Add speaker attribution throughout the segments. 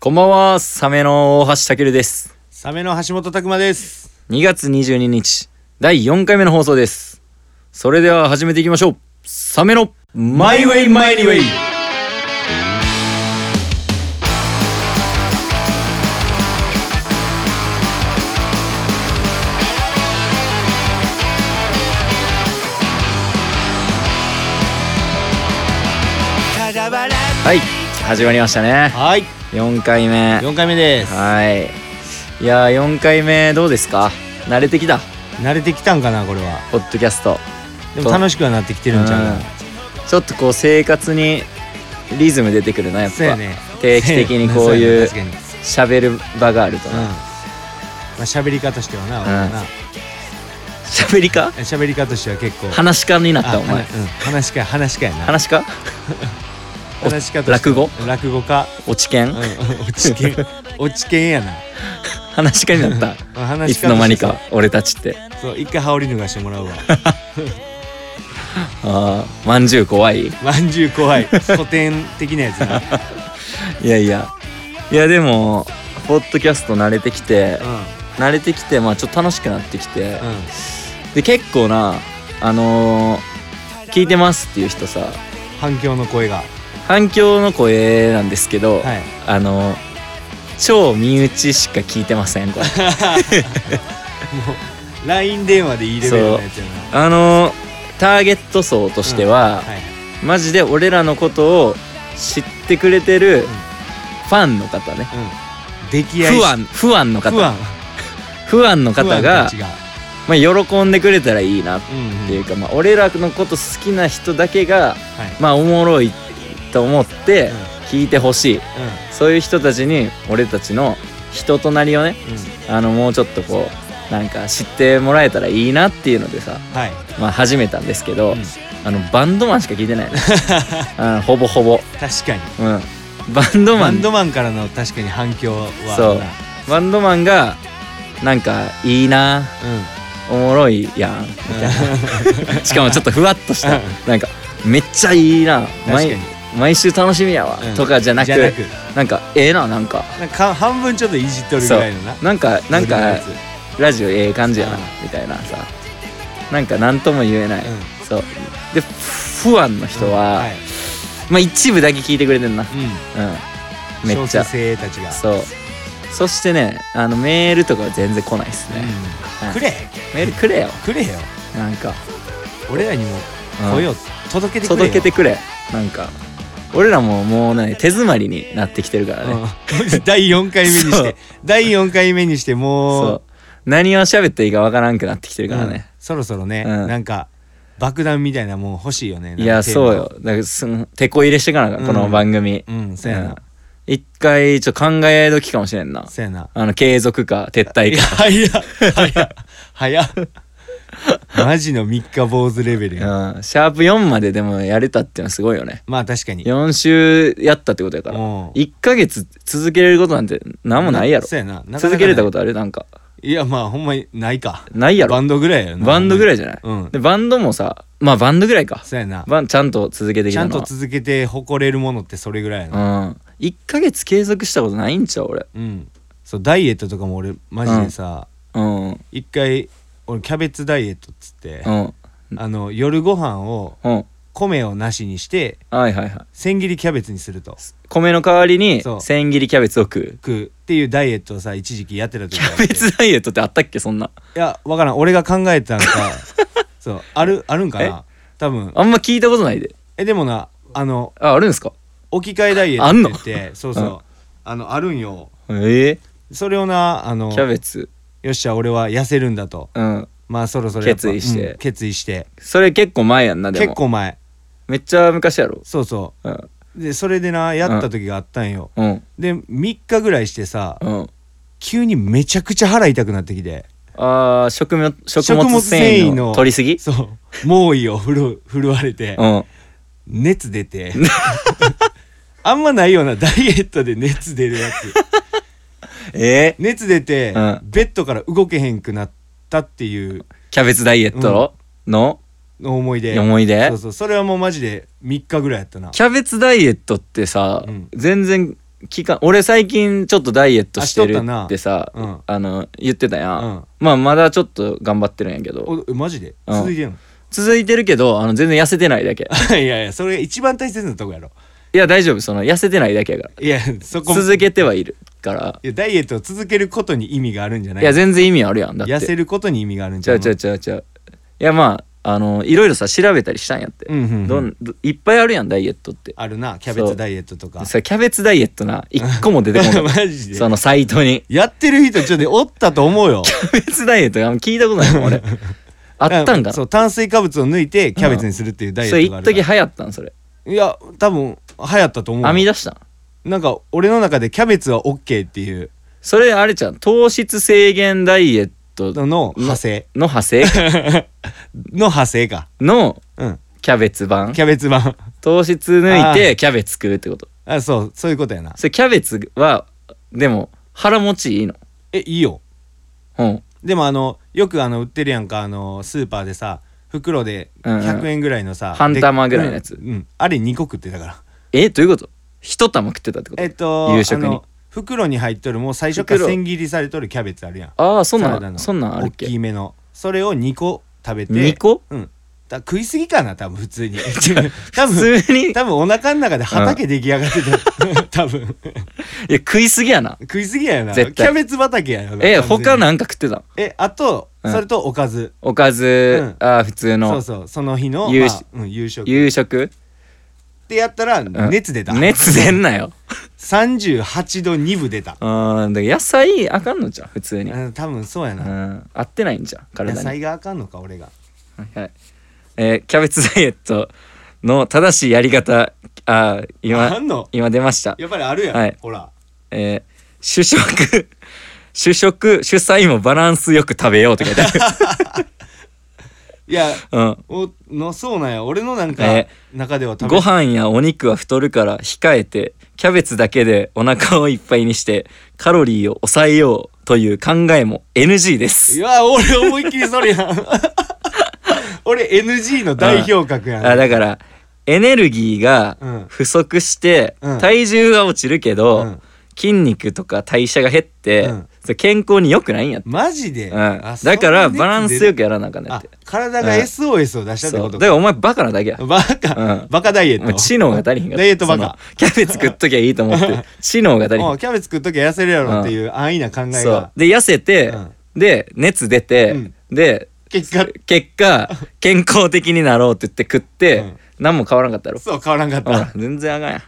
Speaker 1: こんばんは、サメの大橋健です。
Speaker 2: サメの橋本拓馬です。
Speaker 1: 2月22日、第4回目の放送です。それでは始めていきましょう。サメのマイウェイマイニウェイ。はい、始まりましたね。
Speaker 2: はい、
Speaker 1: 4回目。
Speaker 2: 四回目です。
Speaker 1: はい。いやー、4回目どうですか慣れてきた、
Speaker 2: 慣れてきたんかな、これは。
Speaker 1: ポッドキャスト。
Speaker 2: でも楽しくはなってきてるんちゃうか な。
Speaker 1: うんちょっとこう生活にリズム出てくるな、やっ
Speaker 2: そうや
Speaker 1: ぱ。
Speaker 2: ね。
Speaker 1: 定期的にこういう
Speaker 2: そうやね確かに。
Speaker 1: 喋る場があると
Speaker 2: うん。ま
Speaker 1: な。
Speaker 2: あ喋り方としてはな、俺はな
Speaker 1: 喋りか
Speaker 2: 喋り方としては結構。
Speaker 1: 話し家になった、
Speaker 2: あ
Speaker 1: お前
Speaker 2: は。うん話しか話しかやな。
Speaker 1: 話し家お
Speaker 2: 話しかとして
Speaker 1: 落語
Speaker 2: 落語か。
Speaker 1: 落ち見
Speaker 2: うん 落 ち券落ち券やな。
Speaker 1: 話し家になっ
Speaker 2: うん
Speaker 1: た。
Speaker 2: 話
Speaker 1: い
Speaker 2: し
Speaker 1: つ
Speaker 2: 家と
Speaker 1: の間
Speaker 2: して
Speaker 1: に
Speaker 2: さ
Speaker 1: か、俺たちって。
Speaker 2: そう一回羽織脱がしても らうわ。
Speaker 1: ああ、まんじゅう怖いい
Speaker 2: まんじゅう怖 い。古典的なやつな。
Speaker 1: やいや。いや、でも、ポッドキャスト慣れてきて
Speaker 2: う、ん
Speaker 1: 慣れてきて、まあちょっと楽しくなってきて、
Speaker 2: うん
Speaker 1: で、結構な、あのー聞いてますっていう人さ、
Speaker 2: 反響の声が。は
Speaker 1: 反響の声なんですけど、
Speaker 2: い。
Speaker 1: あの超身内しか聞いてませんこれ
Speaker 2: もう LINE 電話でいいレベルのやつやな
Speaker 1: あのターゲット層としては、
Speaker 2: はいはい
Speaker 1: マジで俺らのことを知ってくれてる
Speaker 2: ん
Speaker 1: ファンの方ね
Speaker 2: うん出来合い
Speaker 1: 不安不安の方
Speaker 2: 不安
Speaker 1: 不安の方が
Speaker 2: 不安たち
Speaker 1: まあ、喜んでくれたらいいなっ
Speaker 2: うんうん
Speaker 1: ていうか、まあ、俺らのこと好きな人だけが
Speaker 2: はい
Speaker 1: まあおもろいと思って
Speaker 2: うん
Speaker 1: 聞いてほしいそういう人たちに俺たちの人となりをね
Speaker 2: うんうん
Speaker 1: あのもうちょっとこうなんか知ってもらえたらいいなっていうのでさ、
Speaker 2: はい
Speaker 1: まあ、始めたんですけど、
Speaker 2: うん
Speaker 1: あのバンドマンしか聞いてない ねあのほぼほぼ、
Speaker 2: 確かに
Speaker 1: うん、バンドマ
Speaker 2: バ
Speaker 1: ンバンド
Speaker 2: ンドマンからの確かに反響は
Speaker 1: そう
Speaker 2: う
Speaker 1: マンがなんかいいなおもろいやんみたい なしかもちょっとふわっとした
Speaker 2: うん
Speaker 1: なんかめっちゃいいな
Speaker 2: 確か
Speaker 1: 毎
Speaker 2: に
Speaker 1: 毎週楽しみやわ、
Speaker 2: うん
Speaker 1: とかじゃなく
Speaker 2: じゃなく
Speaker 1: なんかええななんか
Speaker 2: なんかか半分ちょっといじっとるぐらいのな
Speaker 1: なんかなんか
Speaker 2: ノリのや
Speaker 1: ラジオええ感じやな
Speaker 2: うん
Speaker 1: みたいなさなんか何とも言えない、
Speaker 2: うん
Speaker 1: そうで不安の
Speaker 2: つ
Speaker 1: 人は、
Speaker 2: い
Speaker 1: まあ一部だけ聞いてくれてんな
Speaker 2: う
Speaker 1: うん
Speaker 2: ん
Speaker 1: めっちゃ
Speaker 2: 少数精鋭たちが
Speaker 1: そうそしてねあのメールとかは全然来ないです
Speaker 2: う
Speaker 1: ね、
Speaker 2: ん
Speaker 1: はい
Speaker 2: くれ
Speaker 1: メールくれよ
Speaker 2: くれよ
Speaker 1: なんか、
Speaker 2: 俺らにも
Speaker 1: うん
Speaker 2: 声を届けてくれよ
Speaker 1: 届けてくれなんか俺らももうね手詰まりになってきてるからね、
Speaker 2: うん第4回目にし
Speaker 1: そ
Speaker 2: て
Speaker 1: う
Speaker 2: 第4回目にしてもう
Speaker 1: そう何を喋っていいかわからんくなってきてるから
Speaker 2: うん
Speaker 1: ね、
Speaker 2: そろそろね、
Speaker 1: うん
Speaker 2: なんか爆弾みたいなもん欲しいよね
Speaker 1: いや
Speaker 2: なんかテーマ
Speaker 1: そうよだからその手こ入れしてかなあかんこの番組、
Speaker 2: うんそうやな、
Speaker 1: うん一回ちょっと考え時かもしれんな
Speaker 2: そうやな
Speaker 1: あの継続か撤退
Speaker 2: いや
Speaker 1: か
Speaker 2: 早っ早っ早っマジの三日坊主レベルや、
Speaker 1: うん、シャープ4まででもやれたっていうのはすごいよね
Speaker 2: まあ確かに
Speaker 1: 4週やったってことやから
Speaker 2: うん
Speaker 1: 1ヶ月続けれることなんて何もないやろ
Speaker 2: そうやななかなかない
Speaker 1: 続けれたことあるなんか
Speaker 2: いやまあほんまにないか
Speaker 1: ないや
Speaker 2: バ
Speaker 1: ろ
Speaker 2: ンドぐらいやな
Speaker 1: バンドぐら
Speaker 2: い
Speaker 1: いじゃない、
Speaker 2: うん
Speaker 1: でバンドもさまあバンドぐらいか
Speaker 2: そうやな
Speaker 1: バンちゃんと続けてき
Speaker 2: ちゃ
Speaker 1: た
Speaker 2: ん
Speaker 1: の
Speaker 2: と
Speaker 1: は
Speaker 2: 続けて誇れるものってそれぐらいやな
Speaker 1: うん1ヶ月継続したことないんちゃう俺
Speaker 2: うん、そうダイエットとかも俺マジでさ、
Speaker 1: うんうん
Speaker 2: 一回俺キャベツダイエットっつって、あの夜ご飯を
Speaker 1: うん
Speaker 2: 米をなしにして
Speaker 1: はいはいはい
Speaker 2: 千切りキャベツにすると
Speaker 1: 米の代わりに
Speaker 2: そう
Speaker 1: 千切りキャベツを食う
Speaker 2: 食うっていうダイエットをさ一時期やってた時
Speaker 1: キ
Speaker 2: があっ
Speaker 1: ャ
Speaker 2: て
Speaker 1: ベツダイエットってあったっけそんない
Speaker 2: やわからん俺が考えた んかそうあるあるんかな多分
Speaker 1: あんま聞いたことないで
Speaker 2: えでもなあの
Speaker 1: ああるんですか
Speaker 2: 置き換えダイエ
Speaker 1: あん
Speaker 2: ッ
Speaker 1: の
Speaker 2: トって言ってそうそう、
Speaker 1: うん
Speaker 2: あのあるんよ
Speaker 1: ええ
Speaker 2: それをなあの
Speaker 1: キャベツ
Speaker 2: よっしゃ俺は痩せるんだと
Speaker 1: うん
Speaker 2: まあそろそろやっぱ
Speaker 1: 決意して
Speaker 2: うん決意して
Speaker 1: それ結構前やんなでも
Speaker 2: 結構前
Speaker 1: めっちゃ昔やろ
Speaker 2: そうそ
Speaker 1: うん
Speaker 2: うでそれでなやった時があったんよ、
Speaker 1: うん
Speaker 2: で3日ぐらいしてさ
Speaker 1: うん
Speaker 2: 急にめちゃくちゃ腹痛くなってきて
Speaker 1: あー食物食物繊維の取りすぎ
Speaker 2: そう猛威を振る振るわれて、
Speaker 1: うん
Speaker 2: 熱出てあんまないようなダイエットで熱出る やつ
Speaker 1: ええ
Speaker 2: 熱出て、
Speaker 1: うん
Speaker 2: ベッドから動けへんくなったっていう
Speaker 1: キャベツダイエットの
Speaker 2: の思い出
Speaker 1: 思い出
Speaker 2: そうそうそれはもうマジで3日ぐらいやったな
Speaker 1: キャベツダイエットってさ
Speaker 2: うん
Speaker 1: 全然期間俺最近ちょっとダイエットしてるってさ、
Speaker 2: あしとったなうん
Speaker 1: あの言ってたやん、
Speaker 2: うん
Speaker 1: まあまだちょっと頑張ってるんやけど
Speaker 2: おえマジで
Speaker 1: うん
Speaker 2: 続いてんの
Speaker 1: 続いてるけどあの全然痩せてないだけ
Speaker 2: いやいやそれ一番大切なとこやろ
Speaker 1: いや大丈夫その痩せてないだけやか
Speaker 2: いやそこ
Speaker 1: ら続けてはいるから
Speaker 2: いやダイエットを続けることに意味があるんじゃない
Speaker 1: いや全然意味あるやんだって
Speaker 2: 痩せることに意味があるん
Speaker 1: ち
Speaker 2: じ
Speaker 1: ゃ
Speaker 2: ゃな
Speaker 1: う
Speaker 2: い
Speaker 1: ちゃうちゃうちゃういやまああのいろいろさ調べたりしたんやって、
Speaker 2: うんうんうん
Speaker 1: どんどいっぱいあるやんダイエットって
Speaker 2: あるなキャベツダイエットとか
Speaker 1: さキャベツダイエットな一個も出てこない
Speaker 2: マジで
Speaker 1: そのサイトに
Speaker 2: やってる人ちょっとおったと思うよ
Speaker 1: キャベツダイエットが聞いたことないもん 俺あったんかな
Speaker 2: そ
Speaker 1: そう
Speaker 2: 炭水化物を抜いてキャベツにするっていうダイエ
Speaker 1: れ
Speaker 2: ット
Speaker 1: 一
Speaker 2: がある
Speaker 1: 時
Speaker 2: か
Speaker 1: 流
Speaker 2: ら
Speaker 1: 行ったんそれ
Speaker 2: いや多分流行ったと思
Speaker 1: 編み
Speaker 2: う
Speaker 1: 出したん
Speaker 2: なんか俺の中でキャベツは OK っていう
Speaker 1: それあれじゃん糖質制限ダイエットの
Speaker 2: のの派生
Speaker 1: 派生
Speaker 2: の派生か
Speaker 1: の
Speaker 2: うん
Speaker 1: キャベツ版
Speaker 2: キャベツ版
Speaker 1: 糖質抜い
Speaker 2: あ
Speaker 1: てキャベツ食うってこと
Speaker 2: あそうそういうことやな
Speaker 1: それキャベツはでも腹持ちいいの
Speaker 2: えいいよ
Speaker 1: うん
Speaker 2: でもあのよくあの売ってるやんかあのスーパーでさ袋で
Speaker 1: うんうん
Speaker 2: 100円ぐらいのさ、
Speaker 1: 半玉ぐらいのやつ
Speaker 2: でうんうんあれ2個食ってたから
Speaker 1: えどういうこと一玉食ってたってこと
Speaker 2: えっと
Speaker 1: 夕食に
Speaker 2: あの袋に入っとるもう最初から
Speaker 1: 袋
Speaker 2: 千切りされとるキャベツあるやん
Speaker 1: ああそん
Speaker 2: サ
Speaker 1: な
Speaker 2: ラダの
Speaker 1: んそんなんあるっ
Speaker 2: 大き
Speaker 1: け
Speaker 2: いめのそれを2個食べて
Speaker 1: 2個
Speaker 2: うんだ食いすぎかな多分普 通に多分
Speaker 1: 普通にいや
Speaker 2: 多分お腹の中で畑出来上がってた 多分
Speaker 1: 食いすぎやな
Speaker 2: 食いすぎやよなキ
Speaker 1: 絶対
Speaker 2: ャベツ畑やよな
Speaker 1: え
Speaker 2: 完全に
Speaker 1: 他なんか食ってたん
Speaker 2: えあと
Speaker 1: うん
Speaker 2: それとおかず、
Speaker 1: おかず、
Speaker 2: う
Speaker 1: ああ普通の
Speaker 2: そうそうその日の
Speaker 1: 夕
Speaker 2: 夕,、ま
Speaker 1: 食
Speaker 2: あうん、夕食
Speaker 1: 夕食
Speaker 2: ってやったら
Speaker 1: うん
Speaker 2: 熱出た、
Speaker 1: 熱出んなよ
Speaker 2: 38度2分出た、
Speaker 1: うんで野菜あかんのじゃん普通にう
Speaker 2: うん、多分そうやな、
Speaker 1: ん合ってないんじゃん
Speaker 2: 野
Speaker 1: 体に
Speaker 2: 菜があかんのか俺が
Speaker 1: はいはいえーキャベツダイエットの正しいやり方あー
Speaker 2: あ
Speaker 1: 今
Speaker 2: んの
Speaker 1: 今出ました
Speaker 2: やっぱりあるやん、
Speaker 1: はい
Speaker 2: ほら
Speaker 1: えー主食 主食主菜もバランスよく食べようって書いてあ る
Speaker 2: いや
Speaker 1: うん
Speaker 2: おのそうなんや俺のなんか、
Speaker 1: え
Speaker 2: 中では食べ
Speaker 1: ご飯やお肉は太るから控えてキャベツだけでお腹をいっぱいにしてカロリーを抑えようという考えも NG で
Speaker 2: い
Speaker 1: す
Speaker 2: や俺思いっきりそれやん 俺 NG の代表格やん
Speaker 1: あだからエネルギー
Speaker 2: うん
Speaker 1: が不足して
Speaker 2: うん
Speaker 1: 体重は落ちるけど、
Speaker 2: うん
Speaker 1: 筋肉とか代謝が減って、
Speaker 2: うん
Speaker 1: それ健康に良くないんやって、
Speaker 2: マジで、
Speaker 1: うん
Speaker 2: あ
Speaker 1: だから
Speaker 2: そん
Speaker 1: バ
Speaker 2: な
Speaker 1: ラン
Speaker 2: 熱
Speaker 1: スよく
Speaker 2: 出る
Speaker 1: やらなあかんねんっ
Speaker 2: あ
Speaker 1: て
Speaker 2: 体が
Speaker 1: うん
Speaker 2: SOS を出したって
Speaker 1: そ
Speaker 2: こ
Speaker 1: うだ
Speaker 2: と
Speaker 1: から
Speaker 2: か
Speaker 1: お前バカなだけや
Speaker 2: バカ、
Speaker 1: うん
Speaker 2: バカダイエッ
Speaker 1: もう
Speaker 2: ト
Speaker 1: 知能が足りひんかった
Speaker 2: ダイエットバカ
Speaker 1: そのキャベツ食っときゃいいと思って知能が足りひん
Speaker 2: おうキャベツ食っときゃ痩せるやろっていう安易な考え
Speaker 1: そう
Speaker 2: が
Speaker 1: で痩せて、
Speaker 2: うん
Speaker 1: で熱出て、
Speaker 2: うん
Speaker 1: で
Speaker 2: 結果
Speaker 1: 結果健康的になろうって言って食って、
Speaker 2: うん
Speaker 1: 何も変わらんかったやろ、
Speaker 2: そう変わらんか
Speaker 1: う
Speaker 2: っ
Speaker 1: ん
Speaker 2: た、
Speaker 1: 全然あかんやん、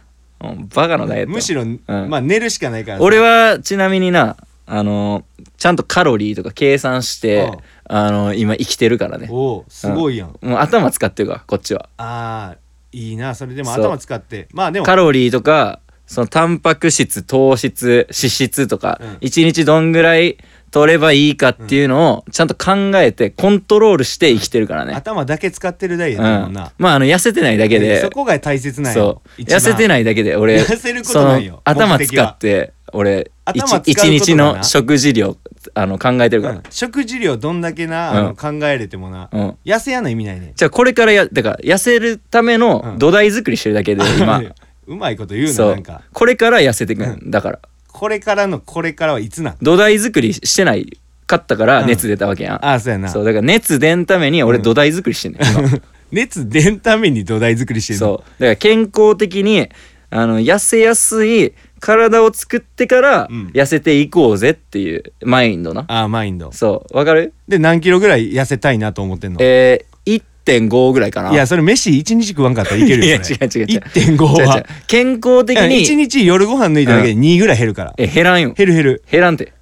Speaker 1: うんバカのダイエット
Speaker 2: むしろ、まあ寝るしかないから
Speaker 1: 俺はちなみになあのーちゃんとカロリーとか計算して
Speaker 2: うん、
Speaker 1: あのー今生きてるからね
Speaker 2: おうすごいやん、
Speaker 1: もう頭使ってるからこっちは
Speaker 2: あーいいなそれでも
Speaker 1: そう
Speaker 2: 頭使ってまあでも
Speaker 1: カロリーとかそのタンパク質糖質脂質とか、
Speaker 2: うん
Speaker 1: 一日どんぐらい取ればいいかっていうのをちゃんと考えてコントロールして生きてるからね、
Speaker 2: 頭だけ使ってるダイ
Speaker 1: う
Speaker 2: エットだもん
Speaker 1: ん
Speaker 2: な、、
Speaker 1: まああの痩せてないだけで
Speaker 2: そこが大切なんや
Speaker 1: そう痩せて
Speaker 2: い
Speaker 1: ないだけで俺
Speaker 2: 痩せることないよ
Speaker 1: その頭
Speaker 2: 目的
Speaker 1: 使
Speaker 2: は
Speaker 1: って俺一
Speaker 2: 頭使うこと
Speaker 1: 一
Speaker 2: だな
Speaker 1: 日の食事量あの考えてるから、
Speaker 2: 食事量どんだけな、あの考えれてもな、
Speaker 1: うん
Speaker 2: 痩せやの意味ないね
Speaker 1: じゃあこれからやだから痩せるため
Speaker 2: う
Speaker 1: の
Speaker 2: ん
Speaker 1: 土台作りしてるだけで 今
Speaker 2: うまいこと言う
Speaker 1: そ
Speaker 2: なな
Speaker 1: うん
Speaker 2: か
Speaker 1: これから痩せてくんだから
Speaker 2: これからのこれからはいつなん
Speaker 1: 土台作りしてないかったから熱出たわけやん、
Speaker 2: ああそうやな
Speaker 1: そうだから熱出んために俺土台作り してんねん、今
Speaker 2: 熱出んために土台作りしてる
Speaker 1: そうだから健康的にあの痩せやすい体を作ってから
Speaker 2: うん
Speaker 1: 痩せていこうぜっていうマインドな、
Speaker 2: ああマインド
Speaker 1: そうわかる
Speaker 2: で何キロぐらい痩せたいなと思ってんの
Speaker 1: えー、1.5ぐらいかない
Speaker 2: やそれ飯1日食わんかったらいける
Speaker 1: いや
Speaker 2: よ
Speaker 1: 違う
Speaker 2: そ
Speaker 1: 違
Speaker 2: れ
Speaker 1: う違う
Speaker 2: 1.5
Speaker 1: 違う違
Speaker 2: は
Speaker 1: う健康的
Speaker 2: いや一
Speaker 1: に
Speaker 2: 日夜ご飯抜いただけで2ぐらい減るから、
Speaker 1: え減らんよ
Speaker 2: 減る減る
Speaker 1: 減らんて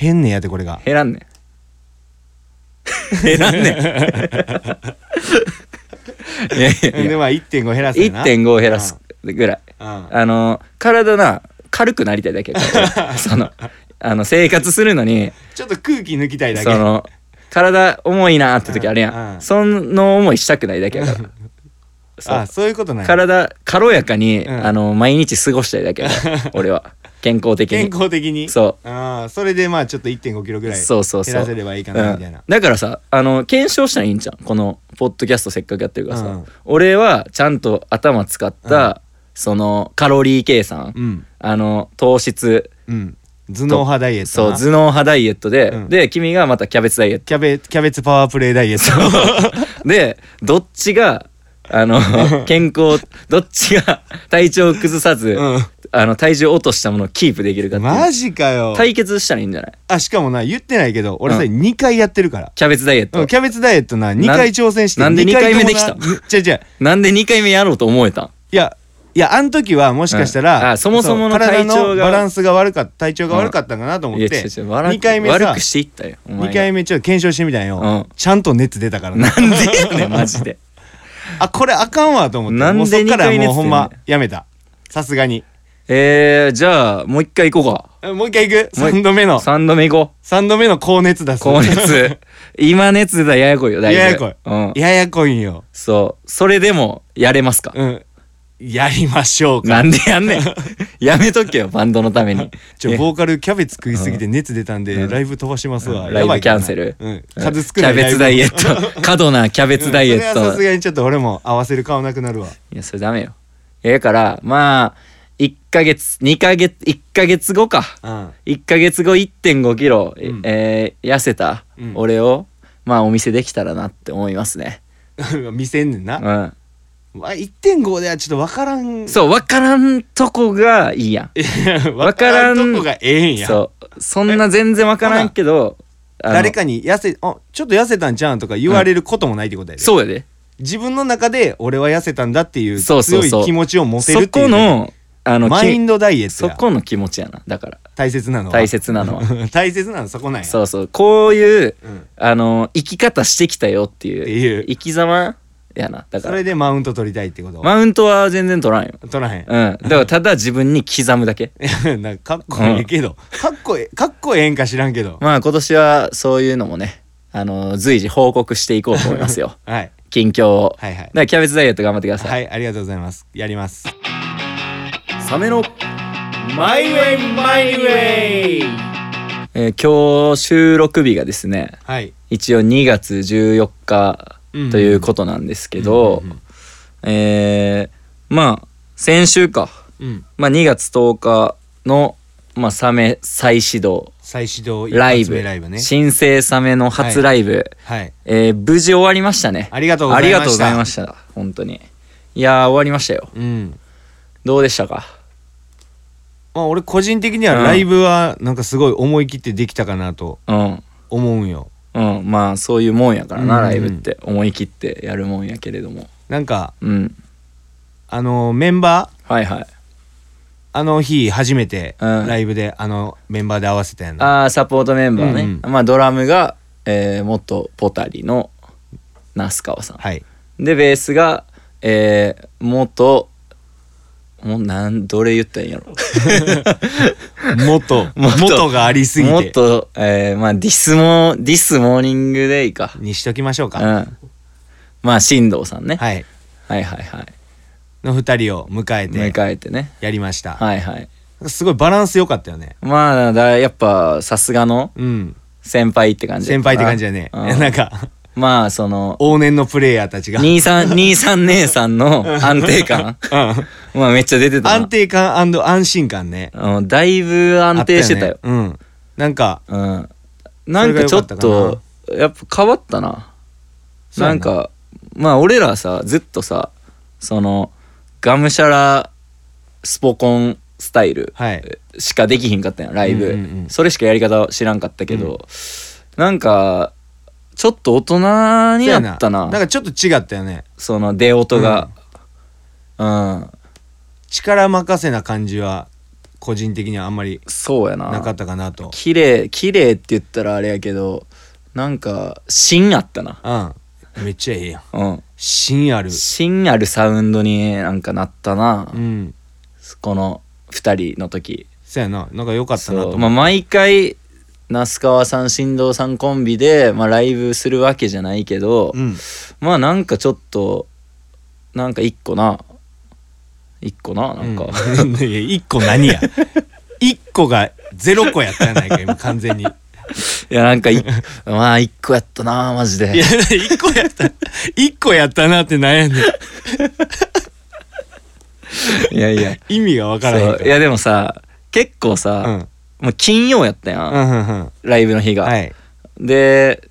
Speaker 2: 減んねんやってこれが
Speaker 1: 減らん ねん減らんねんいやいやい
Speaker 2: で
Speaker 1: や
Speaker 2: まあ1.5減らすよな
Speaker 1: 1.5減らすぐらい
Speaker 2: うん
Speaker 1: あの体な軽くなりたいだけ そのあの生活するのに
Speaker 2: ちょっと空気抜きたいだけ
Speaker 1: その体重いなーって時あるやん、
Speaker 2: うんうん
Speaker 1: その思いしたくないだけ やからそう
Speaker 2: あそういうことない
Speaker 1: 体軽やかに、
Speaker 2: うん
Speaker 1: あの毎日過ごしたいだけやから 俺は健康的に
Speaker 2: 健康的に
Speaker 1: そ
Speaker 2: あーそれでまあちょっと1.5キロぐらい
Speaker 1: そうそうそう
Speaker 2: 減らせればいいかなみたいな、
Speaker 1: うんだからさあの検証したらいいんじゃんこのポッドキャストせっかくやってるからさ、
Speaker 2: うん
Speaker 1: 俺はちゃんと頭使った、そのカロリー計算、
Speaker 2: うん
Speaker 1: あの糖質
Speaker 2: うん頭脳派ダイエットな
Speaker 1: そう頭脳派ダイエットで、
Speaker 2: うん
Speaker 1: で君がまたキャベツダイエット
Speaker 2: キャベキャベツパワープレイダイエット
Speaker 1: でどっちがあ の健康どっちが 体調を崩さず、
Speaker 2: う
Speaker 1: あの体重を落としたものをキープできるかっ
Speaker 2: ん
Speaker 1: てい
Speaker 2: マ
Speaker 1: う
Speaker 2: ジかよ
Speaker 1: 対決したらいいんじゃない
Speaker 2: あしかもな言ってないけど俺さ
Speaker 1: う
Speaker 2: 2回やってるから
Speaker 1: キャベツダイエッ
Speaker 2: う
Speaker 1: ト
Speaker 2: んキャベツダイエットな2回挑戦して
Speaker 1: なんで
Speaker 2: 二ともな
Speaker 1: 二回目
Speaker 2: じゃじゃ
Speaker 1: なんで2回目やろうと思えたん
Speaker 2: いやいやあん時はもしかした
Speaker 1: うん
Speaker 2: ら、
Speaker 1: あそもそもの
Speaker 2: そう体
Speaker 1: 体調
Speaker 2: の
Speaker 1: が
Speaker 2: バランスが悪かった体調が悪かったかなと思っ
Speaker 1: いや
Speaker 2: て、
Speaker 1: 違う違う悪
Speaker 2: 2
Speaker 1: く
Speaker 2: 回目
Speaker 1: 悪
Speaker 2: さ
Speaker 1: くしていったよお前が
Speaker 2: 2回目ちょっと検証してみたんよ、
Speaker 1: うん
Speaker 2: ちゃんと熱出たから
Speaker 1: な
Speaker 2: ね
Speaker 1: んでやねんマジで
Speaker 2: あこれあかんわと思って
Speaker 1: なんで
Speaker 2: もうそっから
Speaker 1: 二回熱
Speaker 2: もうほん
Speaker 1: 出
Speaker 2: ま
Speaker 1: んね
Speaker 2: やめたさすがに
Speaker 1: えー、じゃあもう一回行こうか
Speaker 2: えもう一回行く
Speaker 1: もう一
Speaker 2: 3度目の
Speaker 1: 3度目行こ
Speaker 2: 3度目の高熱出
Speaker 1: う
Speaker 2: す
Speaker 1: 高熱今熱だややこいよだいぶ
Speaker 2: ややこい
Speaker 1: うん、
Speaker 2: ややこいんよ
Speaker 1: そうそれでもやれますか、
Speaker 2: うんやりましょうか
Speaker 1: なんでやんねん やめとけよバンドのため に
Speaker 2: ちょ
Speaker 1: え
Speaker 2: ボーカルキャベツ食いすぎて熱出たんで、
Speaker 1: うん
Speaker 2: ライブ飛ばしますわ、
Speaker 1: うん
Speaker 2: やばいからな
Speaker 1: ライブキ
Speaker 2: うん、
Speaker 1: うん
Speaker 2: 数少ない
Speaker 1: キャベツダイエ
Speaker 2: ッ
Speaker 1: ッ ト過度なキャベツダイエッ
Speaker 2: それはさ
Speaker 1: ト
Speaker 2: すがにちょっと俺も合わせる顔なくなるわ
Speaker 1: いやそれダメよえだからまあ1ヶ月2ヶ月1ヶ月後か
Speaker 2: うん
Speaker 1: 1ヶ月後1 5キロ、え
Speaker 2: うん
Speaker 1: えー痩せた
Speaker 2: うん
Speaker 1: 俺を、まあお見せできたらなって思いますね
Speaker 2: 見せんねんな、
Speaker 1: うん
Speaker 2: まあ1.5ではちょっと分からん
Speaker 1: そう分からんとこがいいやん
Speaker 2: 分からんとこがええんや
Speaker 1: そうそんな全然分からんけどあの
Speaker 2: 誰かに痩せあちょっと痩せたんちゃうんとか言われることもないってことやで、
Speaker 1: そうやで
Speaker 2: 自分の中で俺は痩せたんだっていう
Speaker 1: そうそう
Speaker 2: 強い
Speaker 1: そう
Speaker 2: 気持ちを持てるっ
Speaker 1: そ
Speaker 2: ていう
Speaker 1: このあの
Speaker 2: マイン
Speaker 1: き
Speaker 2: ドダイエット
Speaker 1: そ
Speaker 2: や
Speaker 1: この気持ちやなだから
Speaker 2: 大切なのは
Speaker 1: 大切なのは
Speaker 2: 大切なのそこなんや
Speaker 1: そうそうこういう
Speaker 2: うん、っ
Speaker 1: あの生き方してきたよって
Speaker 2: て
Speaker 1: いう
Speaker 2: いう
Speaker 1: 生き様やなだか
Speaker 2: そ
Speaker 1: ら
Speaker 2: れでマウント取りたいってこと、
Speaker 1: マウントは全然取らんよ
Speaker 2: 取らへん
Speaker 1: うんだからただ自分に刻むだけ
Speaker 2: なんかかっこいいけど、かっこええかっこええんか知らんけど、
Speaker 1: まあ今年はそういうのもねあの随時報告していこうと思います よ
Speaker 2: はい、
Speaker 1: 近況をだか
Speaker 2: はいはい
Speaker 1: らキャベツダイエット頑張ってください、
Speaker 2: はいありがとうございますやります
Speaker 1: サメの
Speaker 2: マイウェイマイウェイ
Speaker 1: えー今日収録日がですね
Speaker 2: はい
Speaker 1: 一応2月14日ということなんですけど、
Speaker 2: うんうん
Speaker 1: えーまあ先週か、
Speaker 2: うん
Speaker 1: まあ、2月10日の、まあ、サメ再始動
Speaker 2: 再始動一
Speaker 1: ライ
Speaker 2: 発
Speaker 1: ブ
Speaker 2: 目ライブね
Speaker 1: 新生サメの初ライブ、
Speaker 2: はい
Speaker 1: えー無事終わりましたね
Speaker 2: ありがとうご
Speaker 1: あ
Speaker 2: ざ
Speaker 1: り
Speaker 2: いました
Speaker 1: がとうございました本当にいやー終わりましたよ
Speaker 2: うん
Speaker 1: どうでしたか
Speaker 2: まあ俺個人的にはライブはなんかすごい思い切ってできたかなと
Speaker 1: うん
Speaker 2: 思うんよ
Speaker 1: うんまあそういうもんやからな、
Speaker 2: うん
Speaker 1: ライブって思い切ってやるもんやけれども
Speaker 2: なんか
Speaker 1: うん
Speaker 2: あのメンバー
Speaker 1: はいはい
Speaker 2: あの日初めて
Speaker 1: うん
Speaker 2: ライブであのメンバーで合わせたやんな
Speaker 1: ああサポートメンバーね、
Speaker 2: うんう
Speaker 1: まあドラムが、えー、元ポタリの那須川さん、
Speaker 2: はい
Speaker 1: でベースが、えー、元もうなんどれ言ったらいいんや ろ
Speaker 2: 元
Speaker 1: 元
Speaker 2: 元がありすぎ
Speaker 1: もってと、えー、まあディスモディスモーニングデイか
Speaker 2: にしときましょう
Speaker 1: う
Speaker 2: か
Speaker 1: んまあ進藤さんね、
Speaker 2: はい
Speaker 1: はい、はいはい
Speaker 2: の二人を迎えて
Speaker 1: 迎えてね
Speaker 2: やりました
Speaker 1: はいはい
Speaker 2: すごいバランス良かったよね
Speaker 1: まあだやっぱさすがの
Speaker 2: うん
Speaker 1: 先輩って感じ
Speaker 2: 先輩って感じだね
Speaker 1: うん
Speaker 2: なんか
Speaker 1: まあその
Speaker 2: 往年のプレイヤーたちが
Speaker 1: 兄さん兄さん姉さんの安定 感
Speaker 2: うん
Speaker 1: まあめっちゃ出てたな
Speaker 2: 安定感安心感ね
Speaker 1: うんだいぶ安定してたよ
Speaker 2: あっよねうんなんか
Speaker 1: うんなんかちょっ
Speaker 2: それが良かっ
Speaker 1: とやっぱ変わったな
Speaker 2: そう
Speaker 1: な
Speaker 2: やなん
Speaker 1: かまあ俺らさずっとさそのがむしゃらスポコンスタイル
Speaker 2: はい
Speaker 1: しかできひんかったやんライブ、
Speaker 2: うんうんうん
Speaker 1: それしかやり方知らんかったけど、なんかちょっと大人になったな
Speaker 2: そうやなんかちょっと違ったよね
Speaker 1: その出音がうん、
Speaker 2: 力任せな感じは個人的にはあんまり
Speaker 1: そうや
Speaker 2: なか
Speaker 1: な
Speaker 2: ったかなと
Speaker 1: 綺麗綺麗って言ったらあれやけどなんか芯あったな
Speaker 2: うんめっちゃええやん
Speaker 1: うん
Speaker 2: 芯ある
Speaker 1: 芯あるサウンドになんかなったな、
Speaker 2: うん
Speaker 1: この2人の時
Speaker 2: そうやななんか良かったな
Speaker 1: そ
Speaker 2: と
Speaker 1: う、まあ、毎回那須川さん新藤さんコンビで、まあ、ライブするわけじゃないけど、
Speaker 2: うん
Speaker 1: まあなんかちょっとなんか一個な一個ななん か、
Speaker 2: うん いや一個何や一個がゼロ個やったやないか今完全にい
Speaker 1: いやなんかいまあ一個やったなマジで
Speaker 2: や一個やった一個やったなってなんやねん
Speaker 1: いやいや
Speaker 2: 意味がわからへんか
Speaker 1: そう
Speaker 2: ら
Speaker 1: いやでもさ結構さ、もう金曜やったや
Speaker 2: う
Speaker 1: ん、
Speaker 2: んうんうんうん
Speaker 1: ライブの日が、
Speaker 2: はい
Speaker 1: で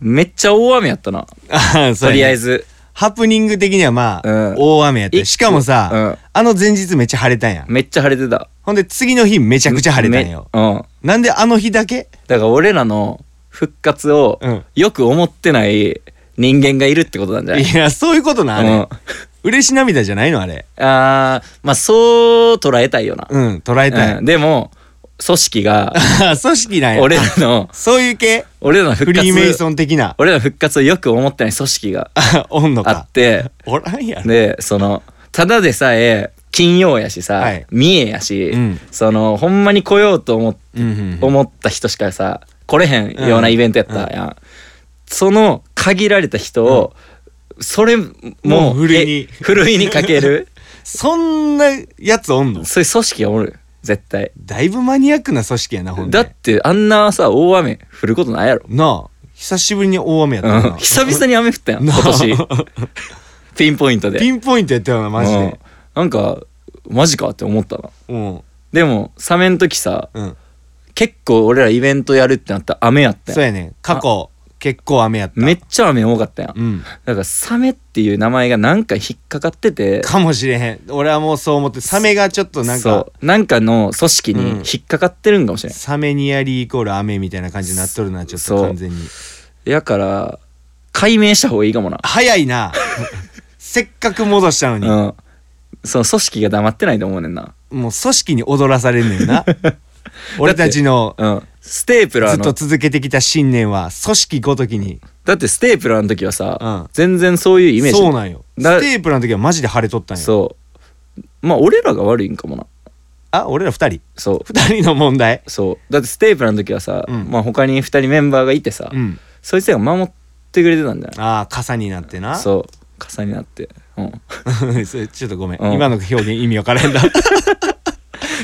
Speaker 1: めっちゃ大雨やったな
Speaker 2: ああ
Speaker 1: と
Speaker 2: そうやね
Speaker 1: りあえず
Speaker 2: ハプニング的にはまあ、
Speaker 1: うん
Speaker 2: 大雨やって
Speaker 1: い
Speaker 2: しかもさ、
Speaker 1: うん
Speaker 2: あの前日めっちゃ晴れたんや
Speaker 1: めっちゃ晴れてた
Speaker 2: ほんで次の日めちゃくちゃ晴れたんよ
Speaker 1: めうん
Speaker 2: なんであの日だけ
Speaker 1: だから俺らの復活を
Speaker 2: うん
Speaker 1: よく思ってない人間がいるってことなんじゃない、
Speaker 2: いやそういうことなあれ、
Speaker 1: うん
Speaker 2: 嬉し涙じゃないのあれ
Speaker 1: あーまあそう捉えたいよな、
Speaker 2: うん捉えたい、
Speaker 1: うんでも組織が
Speaker 2: 組織なんや
Speaker 1: 俺らの
Speaker 2: そういう系
Speaker 1: 俺らの
Speaker 2: フ
Speaker 1: 復
Speaker 2: リーメイ
Speaker 1: 活
Speaker 2: ソン的な
Speaker 1: 俺らの復活をよく思ってない組織が
Speaker 2: あおんの
Speaker 1: あ
Speaker 2: か
Speaker 1: って
Speaker 2: おらんやろ
Speaker 1: でそのただでさえ金曜やしさ、
Speaker 2: はい
Speaker 1: 三重やし、
Speaker 2: うん
Speaker 1: そのほんまに来ようと思っ
Speaker 2: うんうんうん
Speaker 1: 思った人しかさ来れへんようなイベントやったやん、その限られた人を、それも
Speaker 2: もうふるい
Speaker 1: え
Speaker 2: に
Speaker 1: ふるいにかけ る
Speaker 2: そんなやつおんの
Speaker 1: そういう組織がおる絶対
Speaker 2: だいぶマニアックな組織やなほんで
Speaker 1: だってあんなさ大雨降ることないやろ、
Speaker 2: なあ久しぶりに大雨やった
Speaker 1: うん、
Speaker 2: な
Speaker 1: 久々に雨降ったやん今
Speaker 2: なあ
Speaker 1: 年 ピンポイントで
Speaker 2: ピンポイントやったよなマジ
Speaker 1: うん
Speaker 2: で
Speaker 1: なんかマジかって思ったな
Speaker 2: うん
Speaker 1: でもサメの時さ
Speaker 2: うん
Speaker 1: 結構俺らイベントやるってなったら雨やった
Speaker 2: そう
Speaker 1: やん
Speaker 2: やね過去結構雨やった
Speaker 1: めっちゃ雨多かったやん
Speaker 2: うん
Speaker 1: だからサメっていう名前がなんか引っかかってて
Speaker 2: かもしれへん俺はもうそう思ってサメがちょっとなんか
Speaker 1: そうなんかの組織に引っかかってるんかもしれない、
Speaker 2: サメニアリーイコール雨みたいな感じになっとるなちょっ
Speaker 1: そ
Speaker 2: と
Speaker 1: う
Speaker 2: 完全に
Speaker 1: やから解明した方がいいかもな、
Speaker 2: 早 いなせっかく戻したのに、
Speaker 1: うん、その組織が黙ってないと思うねんな、
Speaker 2: もう組織に踊らされんね んな俺たちの
Speaker 1: うん、ステープラ
Speaker 2: ずっ
Speaker 1: ー
Speaker 2: と
Speaker 1: の
Speaker 2: 続けてきた信念は組織ごときに
Speaker 1: だってステープラーの時はさ、
Speaker 2: うん
Speaker 1: 全然そういうイメージ
Speaker 2: そうなんよ
Speaker 1: だ
Speaker 2: ステープの時はマジで晴れとったんよ
Speaker 1: そうまあ俺らが悪いんかもな
Speaker 2: あ俺ら2人
Speaker 1: そう
Speaker 2: 2人の問題
Speaker 1: そうだってステープラーの時はさ、
Speaker 2: うん
Speaker 1: まあ他に2人メンバーがいてさ、
Speaker 2: うん
Speaker 1: そいつらが守ってくれてたんじゃない
Speaker 2: ああ傘になってなそ
Speaker 1: そう傘になって、 うん、
Speaker 2: れちょっとごめん、
Speaker 1: うん
Speaker 2: 今の表現意味わからへんだ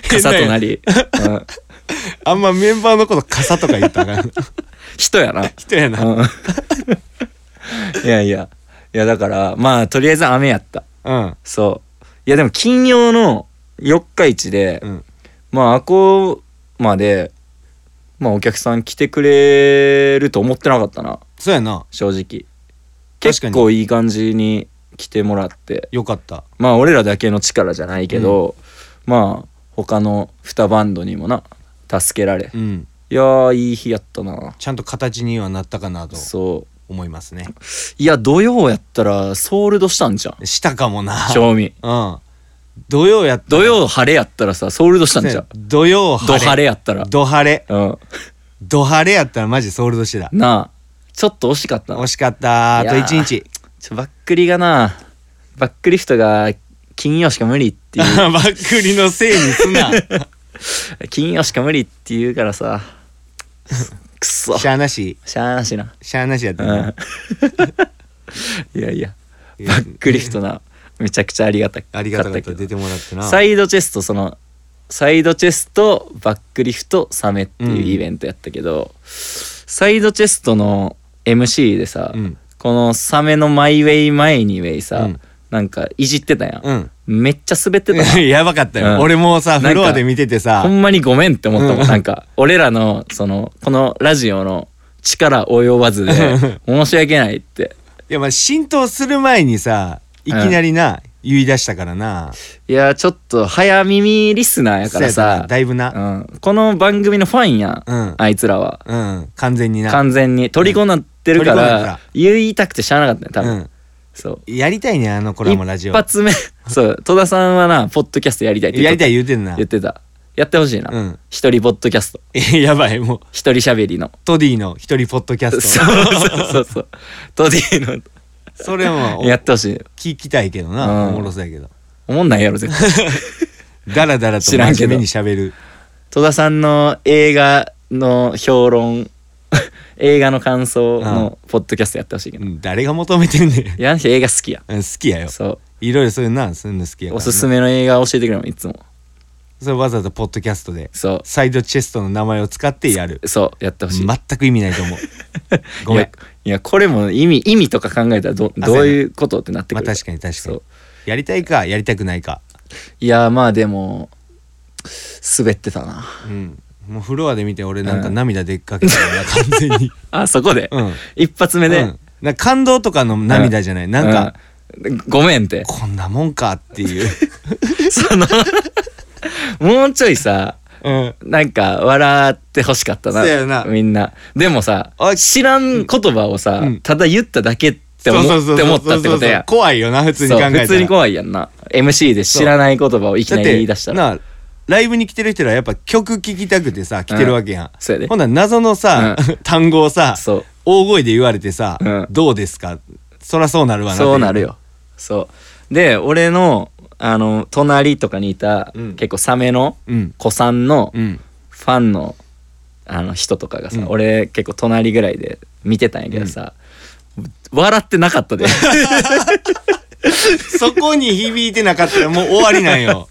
Speaker 1: 傘となり、うん、
Speaker 2: あんまメンバーのこと傘とか言ったらあかん
Speaker 1: 人やな
Speaker 2: 人や な
Speaker 1: うん、い やいやいやだからまあとりあえず雨やった
Speaker 2: うん
Speaker 1: そういやでも金曜の四日市で、
Speaker 2: うん
Speaker 1: まああこまでまあお客さん来てくれると思ってなかったな
Speaker 2: そうやな
Speaker 1: 正直
Speaker 2: 確
Speaker 1: 結
Speaker 2: かに
Speaker 1: 構いい感じに来てもらって
Speaker 2: よかった
Speaker 1: まあ俺らだけの力じゃないけど、まあ他の2バンドにもな助けられ、い
Speaker 2: うん
Speaker 1: やーいい日やったな
Speaker 2: ちゃんと形にはなったかなと
Speaker 1: そう
Speaker 2: 思いますね
Speaker 1: いや土曜やったらソールドしたんじゃん
Speaker 2: したかもな
Speaker 1: 賞味
Speaker 2: うん土曜やった
Speaker 1: 土曜晴れやったらさソールドしたんじゃん
Speaker 2: 土曜晴
Speaker 1: ド
Speaker 2: れ
Speaker 1: 晴れやったら
Speaker 2: ド晴れ
Speaker 1: うん
Speaker 2: ド晴れやったらマジソールドしてた
Speaker 1: なあちょっと惜しかったな
Speaker 2: 惜しかったあ
Speaker 1: い
Speaker 2: と
Speaker 1: やー
Speaker 2: 1日
Speaker 1: ちょバックリがなバックリフトが金曜しか無理って いう
Speaker 2: バックリのせいにすな
Speaker 1: 金曜しか無理って言うからさ く そ
Speaker 2: しゃあなし
Speaker 1: しゃあなしな
Speaker 2: しゃあなしやっ
Speaker 1: う
Speaker 2: たなん
Speaker 1: いやいやバックリフトなめちゃくちゃありがたかった
Speaker 2: ありがたかった
Speaker 1: け
Speaker 2: 出
Speaker 1: ど
Speaker 2: てもらってな
Speaker 1: サイドチェストそのサイドチェストバックリフトサメっていうイベントやったけど、サイドチェストの MC でさ、
Speaker 2: うん
Speaker 1: このサメの「マイウェイマイニウェイさ」
Speaker 2: うん
Speaker 1: なんかいじってたやん、
Speaker 2: うん
Speaker 1: めっちゃ滑ってたな
Speaker 2: やばかった
Speaker 1: うん
Speaker 2: よ俺もう
Speaker 1: なん
Speaker 2: さ
Speaker 1: か
Speaker 2: フロアで見ててさ
Speaker 1: ほんまにごめんって思ったもん、
Speaker 2: うん
Speaker 1: なんか俺らのそのこのラジオの力及ばずで申し訳ないって
Speaker 2: いやまあ浸透する前にさいきなりな言い出したからない
Speaker 1: やちょっと早耳リスナーやから
Speaker 2: そうや
Speaker 1: さ
Speaker 2: なだいぶな
Speaker 1: うん、この番組のファンやん、
Speaker 2: うん
Speaker 1: あいつらは
Speaker 2: うん完全にな
Speaker 1: 完全に虜になってるか
Speaker 2: 虜になった
Speaker 1: ら
Speaker 2: ら
Speaker 1: 言いたくてしゃあなかったね多
Speaker 2: う
Speaker 1: 分、
Speaker 2: ん
Speaker 1: そう
Speaker 2: やりたいねあのコラもラジ
Speaker 1: 一
Speaker 2: オ
Speaker 1: 発目そう戸田さんはなポッドキャストやりたいって
Speaker 2: や
Speaker 1: 言っ
Speaker 2: り
Speaker 1: て
Speaker 2: たい言うてんな
Speaker 1: 言ってたやってほしいな、
Speaker 2: うん
Speaker 1: 一人ポッドキャスト
Speaker 2: やばいもう
Speaker 1: 一人しゃべりの
Speaker 2: トディの一人ポッドキ ャ
Speaker 1: そう
Speaker 2: スト
Speaker 1: そうそうそうトディ
Speaker 2: それも
Speaker 1: のやってほしい
Speaker 2: 聞きたいけど
Speaker 1: う
Speaker 2: なんおもろそうやけど
Speaker 1: おもんないやろ絶 対
Speaker 2: ダラダラと
Speaker 1: 知らんけ
Speaker 2: 真
Speaker 1: ど
Speaker 2: 面目にしゃべる
Speaker 1: 戸田さんの映画の評論 映画の感想のポッドキャストやってほしいけど、
Speaker 2: うん誰が求めてんねん
Speaker 1: いやあの人映画好きや
Speaker 2: うん好きやよ
Speaker 1: そ
Speaker 2: いろいろそういうなそういうの好きや
Speaker 1: う
Speaker 2: から
Speaker 1: お
Speaker 2: な
Speaker 1: すすめの映画教えてくれもんいつも
Speaker 2: それわざわざポッドキャストで
Speaker 1: そ
Speaker 2: サイドチェストの名前を使ってやる
Speaker 1: うそうやってほしい、
Speaker 2: 全く意味ない と思うごめ
Speaker 1: い
Speaker 2: ん
Speaker 1: やいやこれも意味意味とか考えたらど
Speaker 2: あ
Speaker 1: どういうことってなって
Speaker 2: ま
Speaker 1: くる
Speaker 2: あ
Speaker 1: から
Speaker 2: 確かに確か
Speaker 1: そ
Speaker 2: に
Speaker 1: う
Speaker 2: やりたいかやりたくないか
Speaker 1: いやまあでも滑ってたな
Speaker 2: うんもうフロアで見て俺なんか涙でっかけたよな完全 に
Speaker 1: あそこで、
Speaker 2: うん
Speaker 1: 一発目で、
Speaker 2: うんなんか感動とかの涙じゃないなんか、
Speaker 1: うんごめんって
Speaker 2: こん なもんかっ ていう、
Speaker 1: そのもうちょいさ
Speaker 2: うん、
Speaker 1: なんか笑ってほしかったな
Speaker 2: そうやな
Speaker 1: みんなでもさ
Speaker 2: おい
Speaker 1: 知らん言葉をさ、
Speaker 2: うん
Speaker 1: ただ言っただけって思
Speaker 2: そうそ
Speaker 1: っ
Speaker 2: う
Speaker 1: て
Speaker 2: そう
Speaker 1: 思ったってことや
Speaker 2: そうそうそう怖いよな普通に考
Speaker 1: そ
Speaker 2: えた
Speaker 1: う
Speaker 2: ら
Speaker 1: 普通に怖いやんな MC で知らない言葉をいきなり言い出したら
Speaker 2: だってなライブに来てる人らやっぱ曲聴きたくてさ来てるわけやん、
Speaker 1: そうやで
Speaker 2: ほんなら謎のさ、
Speaker 1: う
Speaker 2: 単語をさ
Speaker 1: そう
Speaker 2: 大声で言われてさ、
Speaker 1: うん
Speaker 2: どうですかそらそうなるわな
Speaker 1: そうなるよそうで俺のあの隣とかにいた、
Speaker 2: うん
Speaker 1: 結構サメの
Speaker 2: うん
Speaker 1: 子さんの
Speaker 2: うん
Speaker 1: ファンのあの人とかがさ、
Speaker 2: うん
Speaker 1: 俺結構隣ぐらいで見てたんやけどさ、笑ってなかった で
Speaker 2: そこに響いてなかったらもう終わりなん よ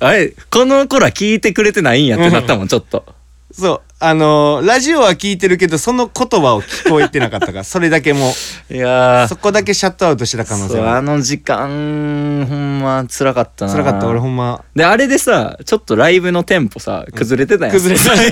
Speaker 1: あれこの子ら聞いてくれてないんやってなったもんちょっと
Speaker 2: そうあのーラジオは聞いてるけどその言葉を聞こえてなかった からそれだけも
Speaker 1: いやー
Speaker 2: そこだけシャットアウトしてた可能性
Speaker 1: そう
Speaker 2: は
Speaker 1: あの時間ほんま辛かったな
Speaker 2: 辛かった俺ほんま
Speaker 1: であれでさちょっとライブのテンポさ崩れてたやん、
Speaker 2: 崩 れた
Speaker 1: サ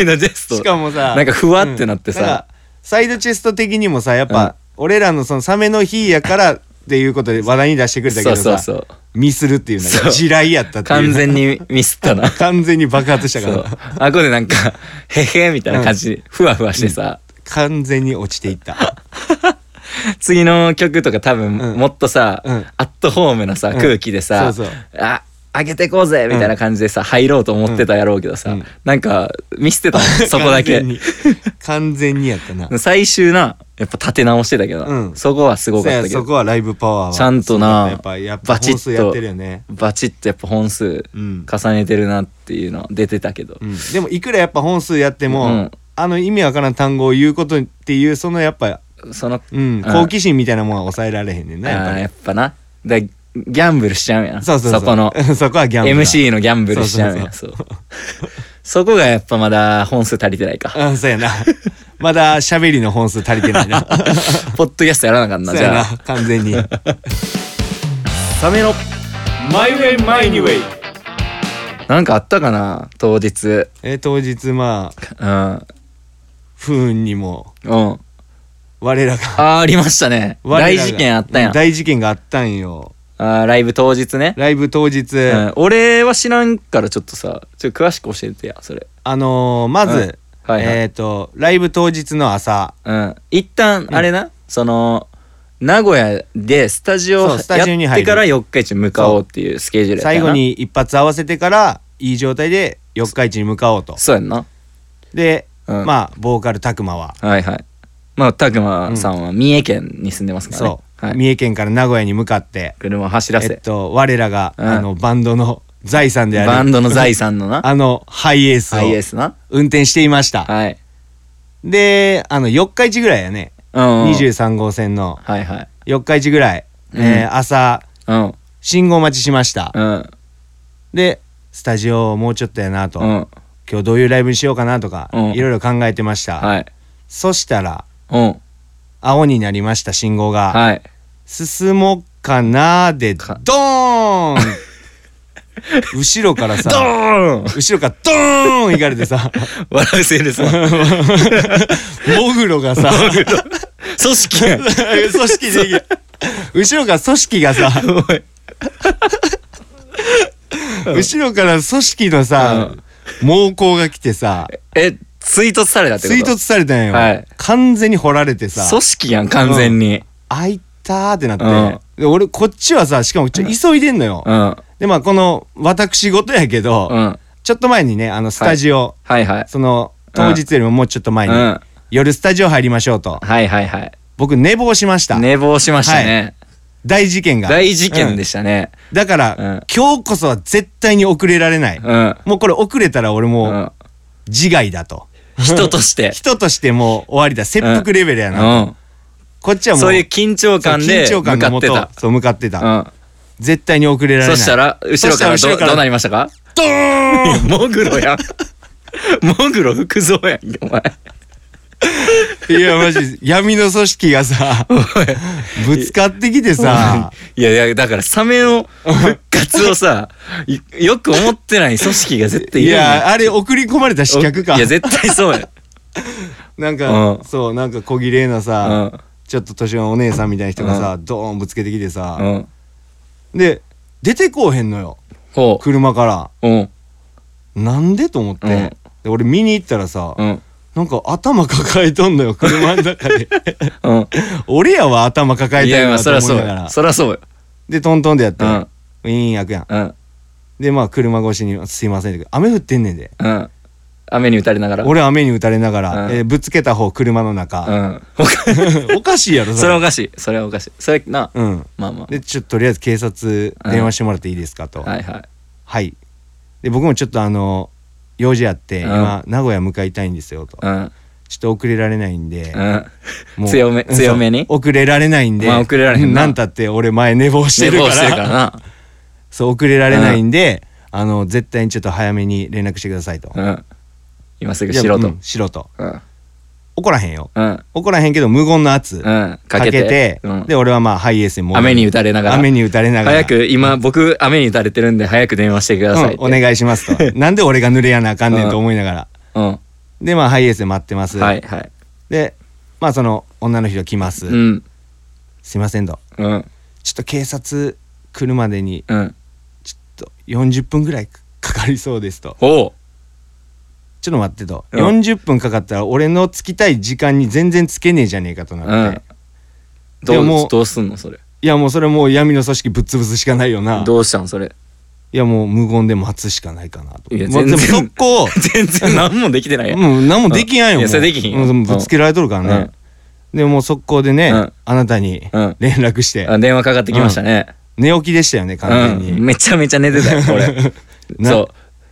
Speaker 1: イドジェスト
Speaker 2: しかもさ
Speaker 1: なんかふわってなってさ
Speaker 2: うんなんかサイドチェスト的にもさやっぱ、
Speaker 1: うん
Speaker 2: 俺らのそのサメの日やからっていうことで話題に出してくれたけ
Speaker 1: そ
Speaker 2: ど
Speaker 1: う
Speaker 2: さ
Speaker 1: そうそう
Speaker 2: ミスるっていうの
Speaker 1: そ
Speaker 2: が
Speaker 1: う
Speaker 2: 地雷やったっていう
Speaker 1: 完全にミスったな
Speaker 2: 完全に爆発したか
Speaker 1: そう
Speaker 2: ら
Speaker 1: あこでなんか「へへ」みたいな感じでふわふわしてさ、
Speaker 2: 完全に落ちていった
Speaker 1: 次の曲とか多分
Speaker 2: うん
Speaker 1: もっとさ、
Speaker 2: うん
Speaker 1: アットホームなさ、
Speaker 2: うん
Speaker 1: 空気でさ
Speaker 2: そうそう
Speaker 1: あ上げてこうぜみたいな感じでさ、入ろうと思ってたやろうけどさ、
Speaker 2: うん
Speaker 1: なんか見捨てたもん そこだけ
Speaker 2: 完全に完全にやったな
Speaker 1: 最終なやっぱ立て直してたけどな、
Speaker 2: うん
Speaker 1: そこはすごかったけ
Speaker 2: そうやそ
Speaker 1: ど
Speaker 2: こはライブパワーは
Speaker 1: ちゃんとな
Speaker 2: そうだねやっぱやっぱ
Speaker 1: バチッ
Speaker 2: 本
Speaker 1: と
Speaker 2: 数やってるよね
Speaker 1: バチッとやっぱ本数
Speaker 2: うん、
Speaker 1: 重ねてるなっていうのは出てたけど、
Speaker 2: うん、でもいくらやっぱ本数やっても、
Speaker 1: うん
Speaker 2: あの意味わからん単語を言うことっていうそのやっぱ
Speaker 1: その
Speaker 2: うん、
Speaker 1: あー
Speaker 2: 好奇心みたいなもんは抑えられへんねん
Speaker 1: あ
Speaker 2: なやっぱ
Speaker 1: ーやっぱ
Speaker 2: り
Speaker 1: なだギャンブルしちゃうやん
Speaker 2: そうそうそう
Speaker 1: この
Speaker 2: そこはギャンブル
Speaker 1: MC のギャンブルしちゃうやんそうそこがやっぱまだ本数足りてない か
Speaker 2: うんそうやなまだ喋りの本数足りてな いな
Speaker 1: ポッドキャストやらなかったな
Speaker 2: そう
Speaker 1: じ
Speaker 2: や
Speaker 1: ゃ
Speaker 2: な
Speaker 1: あ
Speaker 2: 完全に
Speaker 1: サメの
Speaker 2: マイウェイマイニウェイ
Speaker 1: なんかあったかな当日
Speaker 2: えー当日まあ
Speaker 1: うん
Speaker 2: 不運にも
Speaker 1: うん
Speaker 2: 我らが
Speaker 1: あーありましたね
Speaker 2: 我らが
Speaker 1: 大事件あったや
Speaker 2: うん大事件があったんよ
Speaker 1: あーライブ当日ね、
Speaker 2: ライブ当日、
Speaker 1: うん、俺は知らんからちょっとさちょっと詳しく教えてやそれ
Speaker 2: あのーまず、
Speaker 1: うんはいはい
Speaker 2: えっ、とライブ当日の朝
Speaker 1: うん一旦あれな、その名古屋でスタジオ
Speaker 2: そ
Speaker 1: や
Speaker 2: う
Speaker 1: っ
Speaker 2: スタジオに入
Speaker 1: て
Speaker 2: る
Speaker 1: から四日市向かおうっていうスケジュールやった
Speaker 2: 最
Speaker 1: よな
Speaker 2: 後に一発合わせてからいい状態で四日市に向かおうと
Speaker 1: そうやんな
Speaker 2: で、
Speaker 1: うん
Speaker 2: まあボーカル拓磨は
Speaker 1: はいはいまあ拓磨さんは三重県に住んでますからね、
Speaker 2: そう、
Speaker 1: はい、
Speaker 2: 三重県から名古屋に向かって
Speaker 1: 車を走らせ、
Speaker 2: えっと我らが、
Speaker 1: うん
Speaker 2: あのバンドの財産である
Speaker 1: バンドの財産の な
Speaker 2: あのハイエースを
Speaker 1: ハイエースな
Speaker 2: 運転していました、
Speaker 1: はい
Speaker 2: であの4日市ぐらいやね、
Speaker 1: うん
Speaker 2: 23号線の
Speaker 1: はいはい
Speaker 2: 4日市ぐらい、えー朝
Speaker 1: うん
Speaker 2: 信号待ちしました、
Speaker 1: うん
Speaker 2: でスタジオもうちょっとやなと、
Speaker 1: うん
Speaker 2: 今日どういうライブにしようかなとか、
Speaker 1: うん
Speaker 2: いろいろ考えてました、
Speaker 1: はい
Speaker 2: そしたら
Speaker 1: うん
Speaker 2: 青になりました信号が、
Speaker 1: はい
Speaker 2: 進もうかなでド
Speaker 1: か
Speaker 2: ーン 後ろからさ
Speaker 1: ドーン
Speaker 2: 後ろからドーン行かれてさ
Speaker 1: 笑うせいですわ
Speaker 2: モグロがさ
Speaker 1: 組織 やん
Speaker 2: 組織できる 後ろから組織がさ
Speaker 1: おい
Speaker 2: 後ろから組織のさ、猛攻が来てさ
Speaker 1: え追突されたってこと
Speaker 2: 追突されたんよ、
Speaker 1: はい
Speaker 2: 完全に掘られてさ
Speaker 1: 組織やん完全に
Speaker 2: 「あいた」ってなって、
Speaker 1: うん
Speaker 2: で俺こっちはさしかもちょ急いでんのよ、
Speaker 1: うん
Speaker 2: でまあこの私事やけど、
Speaker 1: うん
Speaker 2: ちょっと前にねあのスタジオ、
Speaker 1: はいはい
Speaker 2: その当日よりももうちょっと前
Speaker 1: う
Speaker 2: に、
Speaker 1: ん
Speaker 2: 夜スタジオ入りましょうと
Speaker 1: はいはいはい
Speaker 2: 僕寝坊しました、
Speaker 1: 寝坊しましたね
Speaker 2: 大事件が
Speaker 1: 大事件でしたね
Speaker 2: うんだから、
Speaker 1: うん
Speaker 2: 今日こそは絶対に遅れられない、
Speaker 1: うん
Speaker 2: もうこれ遅れたら俺
Speaker 1: う
Speaker 2: もうん自害だと、
Speaker 1: 人として
Speaker 2: 人としてもう終わりだ切腹レベルやな、
Speaker 1: うん
Speaker 2: こっちはもう
Speaker 1: そういう緊張
Speaker 2: そう
Speaker 1: 感で向かって
Speaker 2: も
Speaker 1: た
Speaker 2: とそう向かってた、
Speaker 1: う
Speaker 2: 絶対に遅れられ
Speaker 1: ん
Speaker 2: な
Speaker 1: そ
Speaker 2: い
Speaker 1: したら後ろから
Speaker 2: そし
Speaker 1: ど
Speaker 2: たら後ろから
Speaker 1: どうなりましたか
Speaker 2: ドーン
Speaker 1: モグロやんモグロ福蔵やんけお前
Speaker 2: いやマジ闇の組織がさぶつかってきてさ
Speaker 1: いやいやだからサメの復活をさいよく思ってない組織が絶対
Speaker 2: い
Speaker 1: いるよね
Speaker 2: やあれ送り込まれた刺客か
Speaker 1: いや絶対そうや、
Speaker 2: なんか
Speaker 1: うん
Speaker 2: そうなんか小綺麗な
Speaker 1: う
Speaker 2: さ
Speaker 1: ん
Speaker 2: ちょっと年のお姉さんみたいな人がさドーンぶつけてきて
Speaker 1: う
Speaker 2: さ
Speaker 1: ん、
Speaker 2: で出てこうへんのよ
Speaker 1: ほ
Speaker 2: 車から
Speaker 1: ううん
Speaker 2: なんでと思って
Speaker 1: うん
Speaker 2: で俺見に行ったらさ
Speaker 1: うん
Speaker 2: なんか頭抱えとんのよ車の中 で
Speaker 1: うん
Speaker 2: 俺やわ頭抱え
Speaker 1: い
Speaker 2: た
Speaker 1: や
Speaker 2: よ
Speaker 1: まあ
Speaker 2: なと
Speaker 1: そりゃそ
Speaker 2: 思
Speaker 1: う
Speaker 2: いなが
Speaker 1: や
Speaker 2: ら
Speaker 1: そりゃそうよ
Speaker 2: でトントンでやっ
Speaker 1: う
Speaker 2: て
Speaker 1: ん
Speaker 2: ウィーン開くやん
Speaker 1: うん
Speaker 2: でまあ車越しに「すいません」って雨降ってんねんで
Speaker 1: うん雨に打たれながら
Speaker 2: 俺雨に打たれながら、
Speaker 1: うん
Speaker 2: えーぶつけた方車の
Speaker 1: う
Speaker 2: 中、
Speaker 1: んおか
Speaker 2: おかしいやろ
Speaker 1: それはおかしいそれはおかしいそれな
Speaker 2: うん
Speaker 1: まあま
Speaker 2: でちょっととりあえず警察
Speaker 1: うん
Speaker 2: 電話してもらっていいですかと、
Speaker 1: あ
Speaker 2: は、
Speaker 1: はいいはい
Speaker 2: で僕もちょっとあの用事あって、
Speaker 1: うん
Speaker 2: 今名古屋向かいたいんですよと、
Speaker 1: うん
Speaker 2: ちょっと遅れられないんで、
Speaker 1: うん強め
Speaker 2: うん
Speaker 1: 強めに
Speaker 2: そう遅れられないんで、
Speaker 1: まあ遅れられへんな
Speaker 2: なんたって俺前寝坊して
Speaker 1: 寝
Speaker 2: るか
Speaker 1: 坊
Speaker 2: ら
Speaker 1: してるからな
Speaker 2: そう遅れられないんで、あの絶対にちょっと早めに連絡してくださいと、
Speaker 1: うん今すぐ
Speaker 2: じゃあ
Speaker 1: しろ
Speaker 2: う
Speaker 1: と
Speaker 2: んしろと
Speaker 1: うん
Speaker 2: 怒らへんよ
Speaker 1: うん
Speaker 2: 怒らへんけど無言の圧、
Speaker 1: うん
Speaker 2: か
Speaker 1: か
Speaker 2: け
Speaker 1: け
Speaker 2: て
Speaker 1: てうん
Speaker 2: で俺はまあハイエースに戻る
Speaker 1: 雨に打たれながら
Speaker 2: 雨に打たれながら
Speaker 1: 早く今僕雨に打たれてるんで早く電話してくださいって
Speaker 2: うんお願いします となんで俺が濡れやなあかんねんと思いながら、
Speaker 1: うん
Speaker 2: でまあハイエースで待ってます、
Speaker 1: はいはい
Speaker 2: でまあその女の人来ます、
Speaker 1: うん
Speaker 2: すいませんと
Speaker 1: うん
Speaker 2: ちょっと警察来るまでに
Speaker 1: うん
Speaker 2: ちょっと40分ぐらいかかりそうですと
Speaker 1: おう
Speaker 2: ちょっと待ってと、
Speaker 1: うん
Speaker 2: 40分かかったら俺のつきたい時間に全然つけねえじゃねえかとなって、
Speaker 1: ど
Speaker 2: でもも
Speaker 1: う
Speaker 2: う
Speaker 1: どうすんのそれ
Speaker 2: いやもうそれもう闇の組織ぶっ潰すしかないよな
Speaker 1: どうしたんそ れ
Speaker 2: いやもう無言で待つしかないかなと
Speaker 1: いや
Speaker 2: もう
Speaker 1: 全然
Speaker 2: でもそこを
Speaker 1: 全然何もできてないやん
Speaker 2: もう何もできやんよ。
Speaker 1: うんいや
Speaker 2: もう
Speaker 1: それできひんよ
Speaker 2: もうもうぶつけられとるからね。でもう速攻でね、
Speaker 1: うん
Speaker 2: あなたに
Speaker 1: うん
Speaker 2: 連絡して、
Speaker 1: あ電話かかってきましたね
Speaker 2: 寝起きでしたよね、
Speaker 1: う
Speaker 2: 完全に。
Speaker 1: んめちゃめちゃ寝てたよこれ
Speaker 2: な
Speaker 1: そう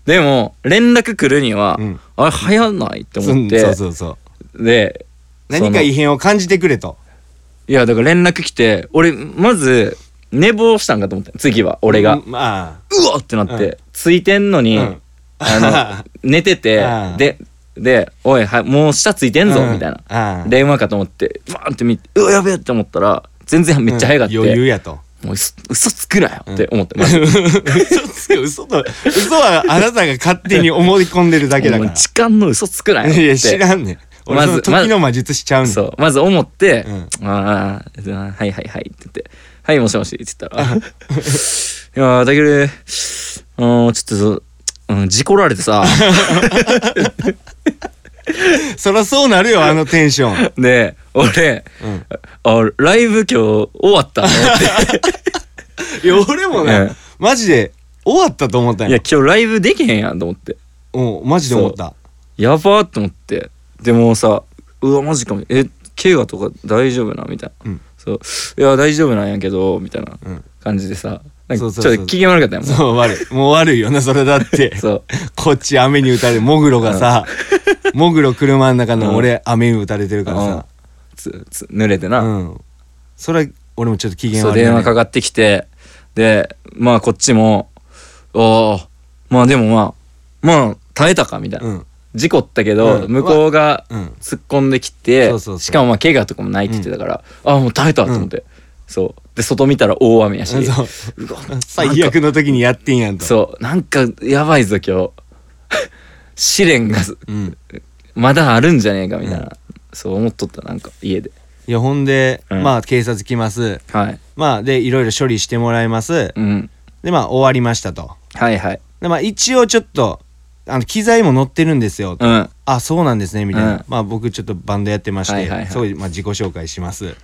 Speaker 1: でも連絡来るには
Speaker 2: うん
Speaker 1: あれ早ないって
Speaker 2: そ
Speaker 1: 思っ
Speaker 2: んそう
Speaker 1: て
Speaker 2: そうそう。
Speaker 1: で
Speaker 2: 何
Speaker 1: そ
Speaker 2: か
Speaker 1: の
Speaker 2: 異変を感じてくれと。
Speaker 1: いやだから連絡来て俺まず寝坊したんかと思って次は俺が
Speaker 2: うんま
Speaker 1: うわってなって、
Speaker 2: うん
Speaker 1: ついてんの
Speaker 2: あ。
Speaker 1: に、
Speaker 2: うん
Speaker 1: あの寝てて
Speaker 2: うん
Speaker 1: でで「おいはもう下つい てんぞ」みたいな、。
Speaker 2: ああ
Speaker 1: 電話かと思ってバーンって見て「うわやべえ」って思ったら全然めっちゃ早かった、
Speaker 2: うん余裕やと。
Speaker 1: もう嘘嘘つくなよって思って、まず
Speaker 2: 嘘つけ、嘘と、嘘はあなたが勝手に思い込んでるだけだか
Speaker 1: もう時間の嘘つくなよ
Speaker 2: ら。
Speaker 1: っ
Speaker 2: い
Speaker 1: て
Speaker 2: や、知らんねん。俺
Speaker 1: ま
Speaker 2: その
Speaker 1: ず
Speaker 2: 時の魔術しちゃうねん。
Speaker 1: そうまず思って「
Speaker 2: う
Speaker 1: あーあーはいはいはい」って言って「はいもしもし」って言ったら 「いやーだけどうんちょっと、うん、事故られて さ
Speaker 2: そらそうな るよ、あのテンション。
Speaker 1: で俺
Speaker 2: うん
Speaker 1: あライブ今日終わったの っ
Speaker 2: いや、俺も
Speaker 1: え
Speaker 2: ね
Speaker 1: え、
Speaker 2: マジで終わったと思ったん
Speaker 1: て
Speaker 2: や
Speaker 1: いや今日ライブできへんやんと思って
Speaker 2: うん、マジで思った。
Speaker 1: やばーと思ってでもさうわマジかもえ怪我とか大丈夫なみたいな、
Speaker 2: うん
Speaker 1: そういや大丈夫なんやけどみたいな
Speaker 2: うん
Speaker 1: 感じでさなん
Speaker 2: そ
Speaker 1: か
Speaker 2: う
Speaker 1: ち
Speaker 2: そ
Speaker 1: ょ
Speaker 2: う
Speaker 1: っ
Speaker 2: そう
Speaker 1: と機嫌悪かったやんも
Speaker 2: そう、悪い。もう悪いよな、それだって
Speaker 1: う。 そう
Speaker 2: こっち雨に打たれ、モグロがさ、モグロ車の中の俺、雨に打たれてるからさ。
Speaker 1: つつ濡れてな、
Speaker 2: うん。それは、俺もちょっと機嫌
Speaker 1: そう
Speaker 2: 悪いね。
Speaker 1: 電話かかってきてでまあこっちも「おーまあでもまあまあ耐えたか」みたいな、
Speaker 2: うん。
Speaker 1: 事故ったけど、
Speaker 2: うん
Speaker 1: 向こうが
Speaker 2: うん。
Speaker 1: 突っ込んできて、
Speaker 2: そうそうそう
Speaker 1: しかもまあ怪我とかもないって言ってたから、ああもう耐えたと思って、そうで外見たら大雨やし
Speaker 2: そう
Speaker 1: うわ
Speaker 2: 最悪の時にやってんやんと。
Speaker 1: そうなんかやばいぞ今日 試練が
Speaker 2: うん。
Speaker 1: まだあるんじゃねえかみたいな、
Speaker 2: うん
Speaker 1: そう思っとったなんか家で
Speaker 2: いや、ほんで、
Speaker 1: うん
Speaker 2: まあ、警察来ます。
Speaker 1: はい、
Speaker 2: まあ、で、いろいろ処理してもらいます。
Speaker 1: うん、
Speaker 2: で、まあ、終わりましたと。
Speaker 1: はいはい
Speaker 2: で、まあ、一応ちょっと、あの、機材も載ってるんですよ。
Speaker 1: うん
Speaker 2: あそうなんですねみたいな、
Speaker 1: うん
Speaker 2: まあ僕ちょっとバンドやってまして、
Speaker 1: はいはいはい
Speaker 2: そこでまあ自己紹介します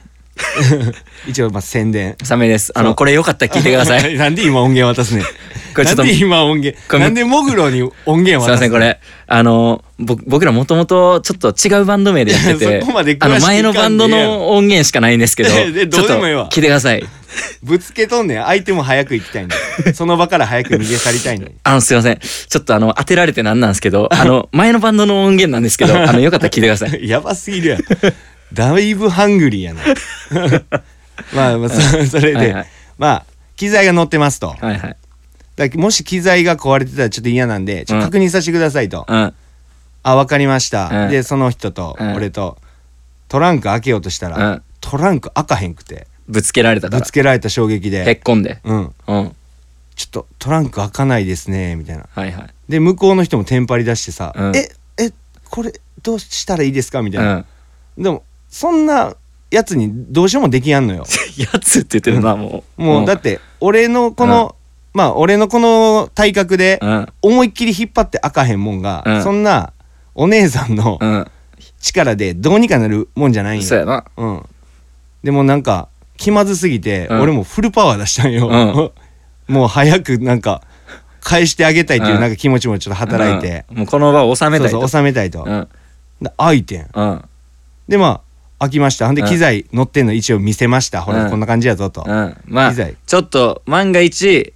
Speaker 2: 一応まあ宣伝
Speaker 1: サメですあ
Speaker 2: そう
Speaker 1: のこれよかったら聞いてくださいすい
Speaker 2: なんで今音源渡すねん
Speaker 1: これちょっと
Speaker 2: なんで今音源
Speaker 1: これ
Speaker 2: なんでモグロに音 源渡
Speaker 1: ますせんこれあのぼ僕らもともとちょっと違うバンド名でやって
Speaker 2: いや
Speaker 1: て
Speaker 2: そこまで詳しく
Speaker 1: あの前のバンドの音源しかないん ですけど
Speaker 2: でどうでもいいわ
Speaker 1: ちょっと聞いてください
Speaker 2: ぶつけとんねん相手も早く行きたい んだその場から早く逃げ去りたいのに
Speaker 1: あのすいませんちょっとあの当てられてなんなんですけ どあの前のバンドの音源なんですけどあのよかったら聞いてください
Speaker 2: やばすぎるやんだいぶハングリーやな まあまあそそれで、
Speaker 1: はいはい
Speaker 2: まあ機材が載ってますと
Speaker 1: はいはい
Speaker 2: だからもし機材が壊れてたらちょっと嫌なんでちょっと確認させてくださいと、
Speaker 1: うん
Speaker 2: あ分かりました、
Speaker 1: うん
Speaker 2: でその人と
Speaker 1: うん
Speaker 2: 俺とトランク開けようとしたら、
Speaker 1: うん
Speaker 2: トランク開かへんくて
Speaker 1: ぶつけられたか
Speaker 2: ぶ
Speaker 1: ら
Speaker 2: つけられた衝撃
Speaker 1: へっ
Speaker 2: で
Speaker 1: こんで
Speaker 2: 「うん
Speaker 1: うん
Speaker 2: ちょっとトランク開かないですね」みたいな
Speaker 1: はいはい
Speaker 2: で向こうの人もテンパり出してさ「
Speaker 1: うん
Speaker 2: ええこれどうしたらいいですか?」みた
Speaker 1: う
Speaker 2: いな、
Speaker 1: ん
Speaker 2: でもそんなやつにどうしようもできやん のよ
Speaker 1: やつって言ってるなもう
Speaker 2: もうだって俺のこの、まあ俺のこの体格で
Speaker 1: うん
Speaker 2: 思いっきり引っ張って開かへんもんが、
Speaker 1: うん
Speaker 2: そんなお姉さんの
Speaker 1: うん
Speaker 2: 力でどうにかなるもんじゃないん
Speaker 1: そうや
Speaker 2: よ、
Speaker 1: な
Speaker 2: うん、でもなんか気まずすぎて、
Speaker 1: うん
Speaker 2: 俺もフルパワー出したんよ、 もう早くなんか返してあげたいっていううんなんか気持ちもちょっと働いて、
Speaker 1: うんもうこの場を収めた
Speaker 2: そう
Speaker 1: い
Speaker 2: そう
Speaker 1: と
Speaker 2: 収めたいと、
Speaker 1: うん
Speaker 2: で開いてん
Speaker 1: うん
Speaker 2: でまあ開きましたほんで
Speaker 1: うん
Speaker 2: 機材乗ってんの一応見せました、ほ
Speaker 1: うん
Speaker 2: らこんな感じやぞと、
Speaker 1: うん、まあ
Speaker 2: 機材
Speaker 1: ちょっと万が一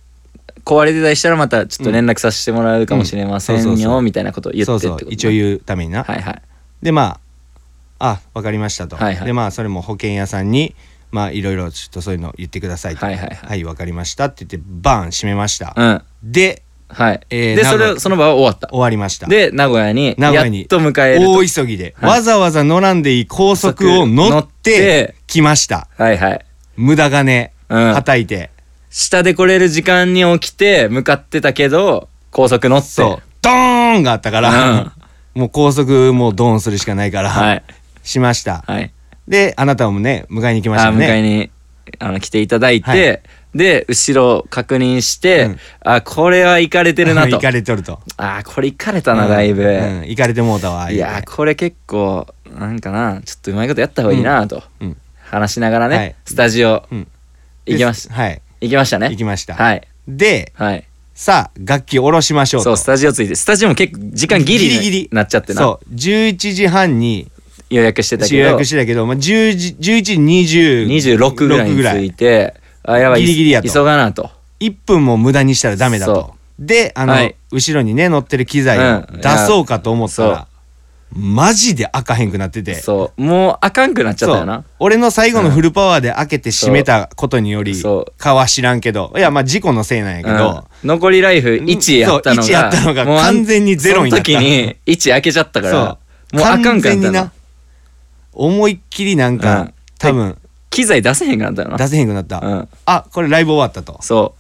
Speaker 1: 壊れてたりしたらまたちょっと連絡させてもらうかもしれませ
Speaker 2: うんう
Speaker 1: ん
Speaker 2: んそうそうそ
Speaker 1: よ
Speaker 2: う
Speaker 1: みたいなことを言って
Speaker 2: そ
Speaker 1: っ
Speaker 2: う
Speaker 1: て
Speaker 2: そ
Speaker 1: こ
Speaker 2: う
Speaker 1: とね
Speaker 2: 一応言うためにな、
Speaker 1: はいはい
Speaker 2: でまああ分かりましたと、
Speaker 1: はいはい
Speaker 2: でまあそれも保険屋さんにまあいろいろちょっとそういうの言ってくださいと
Speaker 1: はいはいはい
Speaker 2: はい分かりましたって言ってバーン閉めました、
Speaker 1: うん
Speaker 2: で
Speaker 1: はい、
Speaker 2: えー
Speaker 1: で
Speaker 2: 名
Speaker 1: そ
Speaker 2: 古屋
Speaker 1: れをその場は終わった
Speaker 2: 終わりました
Speaker 1: で名古屋に
Speaker 2: 名古屋に
Speaker 1: やっと迎えると
Speaker 2: 大急ぎで、
Speaker 1: はい
Speaker 2: わざわざ乗らんでいい高速を乗
Speaker 1: 乗
Speaker 2: っ
Speaker 1: って
Speaker 2: て来ました
Speaker 1: はいはい
Speaker 2: 無駄金
Speaker 1: うん
Speaker 2: はたいて、
Speaker 1: 下で来れる時間に起きて向かってたけど高速乗って
Speaker 2: そうドーンがあったから、 もう高速もうドーンするしかないから、
Speaker 1: はい
Speaker 2: しました、
Speaker 1: はい
Speaker 2: であなたもね迎えに来まし
Speaker 1: あ
Speaker 2: たよ
Speaker 1: 迎え
Speaker 2: ね
Speaker 1: にあの来ていただいて、
Speaker 2: はい
Speaker 1: で後ろ確認して、
Speaker 2: うん
Speaker 1: あこれは行かれてるな
Speaker 2: うん
Speaker 1: と
Speaker 2: 行かれとると
Speaker 1: あーこれ行かれたなだいぶ、
Speaker 2: うん行かれてもうたわ
Speaker 1: いやーこれ結構なんかなちょっとうまいことやった方がいいなと
Speaker 2: 言うて
Speaker 1: 話しながらね、
Speaker 2: はい
Speaker 1: スタジオ
Speaker 2: うんうん
Speaker 1: 行きまし
Speaker 2: はい
Speaker 1: 行きましたね
Speaker 2: 行きました
Speaker 1: はい
Speaker 2: で
Speaker 1: はい
Speaker 2: さあ楽器下ろしましょう
Speaker 1: そう
Speaker 2: と
Speaker 1: スタジオついてスタジオも結構時間ギリに
Speaker 2: ギリギリ
Speaker 1: なっちゃってな
Speaker 2: そう11時半に
Speaker 1: 予約してたけど
Speaker 2: 予約してたけど、まあ、10時11時20
Speaker 1: 26ぐらいに着いてあやばい
Speaker 2: ギリギリやと
Speaker 1: 急がなと
Speaker 2: 1分も無駄にしたらダメだ
Speaker 1: そ
Speaker 2: とであの、
Speaker 1: はい
Speaker 2: 後ろにね乗ってる機材を
Speaker 1: うん
Speaker 2: 出そうかと思ったら、マジで開かへんくなってて
Speaker 1: そうもうあかんくなっちゃったよ
Speaker 2: そう
Speaker 1: な
Speaker 2: 俺の最後のフルパワーで開けて閉めたことにより
Speaker 1: そう
Speaker 2: かは知らんけどいやまあ事故のせいなんやけど、
Speaker 1: うん残りライフ1やったの
Speaker 2: そう1や
Speaker 1: が
Speaker 2: ったのが
Speaker 1: もうあん
Speaker 2: 完全にゼロになった
Speaker 1: その時に1開けちゃったから
Speaker 2: そう
Speaker 1: もうあかん
Speaker 2: 完
Speaker 1: くな
Speaker 2: 全
Speaker 1: った
Speaker 2: に
Speaker 1: よな
Speaker 2: な思いっきりなんか、
Speaker 1: うん
Speaker 2: 多分
Speaker 1: 機材出せへんくなったよな
Speaker 2: 出せへんくなった、
Speaker 1: うん
Speaker 2: あこれライブ終わったと、
Speaker 1: そ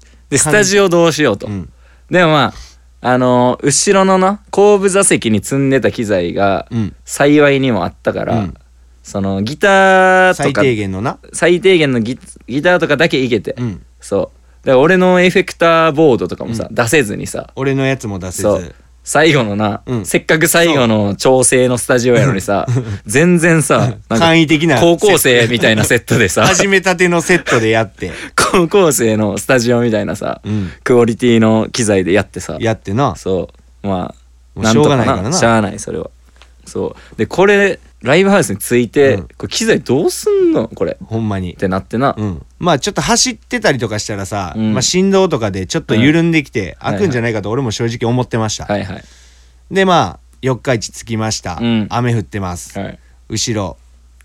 Speaker 1: うでス
Speaker 2: かん
Speaker 1: タジオどうしようと、
Speaker 2: うん
Speaker 1: でもまああのー後ろのな後部座席に積んでた機材が
Speaker 2: うん、
Speaker 1: 幸いにもあったから、
Speaker 2: うん
Speaker 1: そのギターと
Speaker 2: 最
Speaker 1: か
Speaker 2: 低限のな、
Speaker 1: 最低限のギギターとかだけいけて、
Speaker 2: うん、
Speaker 1: そうだから俺のエフェクターボードとかもさ、出せずにさ
Speaker 2: 俺のやつも出せず
Speaker 1: そう最後のな、
Speaker 2: うん
Speaker 1: せっかく最後の調整のスタジオやのにさ全然さなんか
Speaker 2: 簡易的な
Speaker 1: 高校生みたいなセットで さ
Speaker 2: 始めたてのセットでや って、
Speaker 1: 高校生のスタジオみたいなさ、
Speaker 2: うん、
Speaker 1: クオリティの機材でやってさ
Speaker 2: やってな
Speaker 1: そうまあ
Speaker 2: もうしょうがないからなん
Speaker 1: としゃあないそれはそうでこれライブハウスについて、
Speaker 2: うん
Speaker 1: これ機材どうすんのこれっ
Speaker 2: ほんまに、
Speaker 1: てなってな、
Speaker 2: うん、まあちょっと走ってたりとかしたらさ、
Speaker 1: うん
Speaker 2: まあ、振動とかでちょっと緩んできて、開くんじゃないかと俺も正直思ってました、
Speaker 1: はいはい
Speaker 2: でまあ四日市着きました、
Speaker 1: うん
Speaker 2: 雨降ってます、
Speaker 1: はい
Speaker 2: 後ろ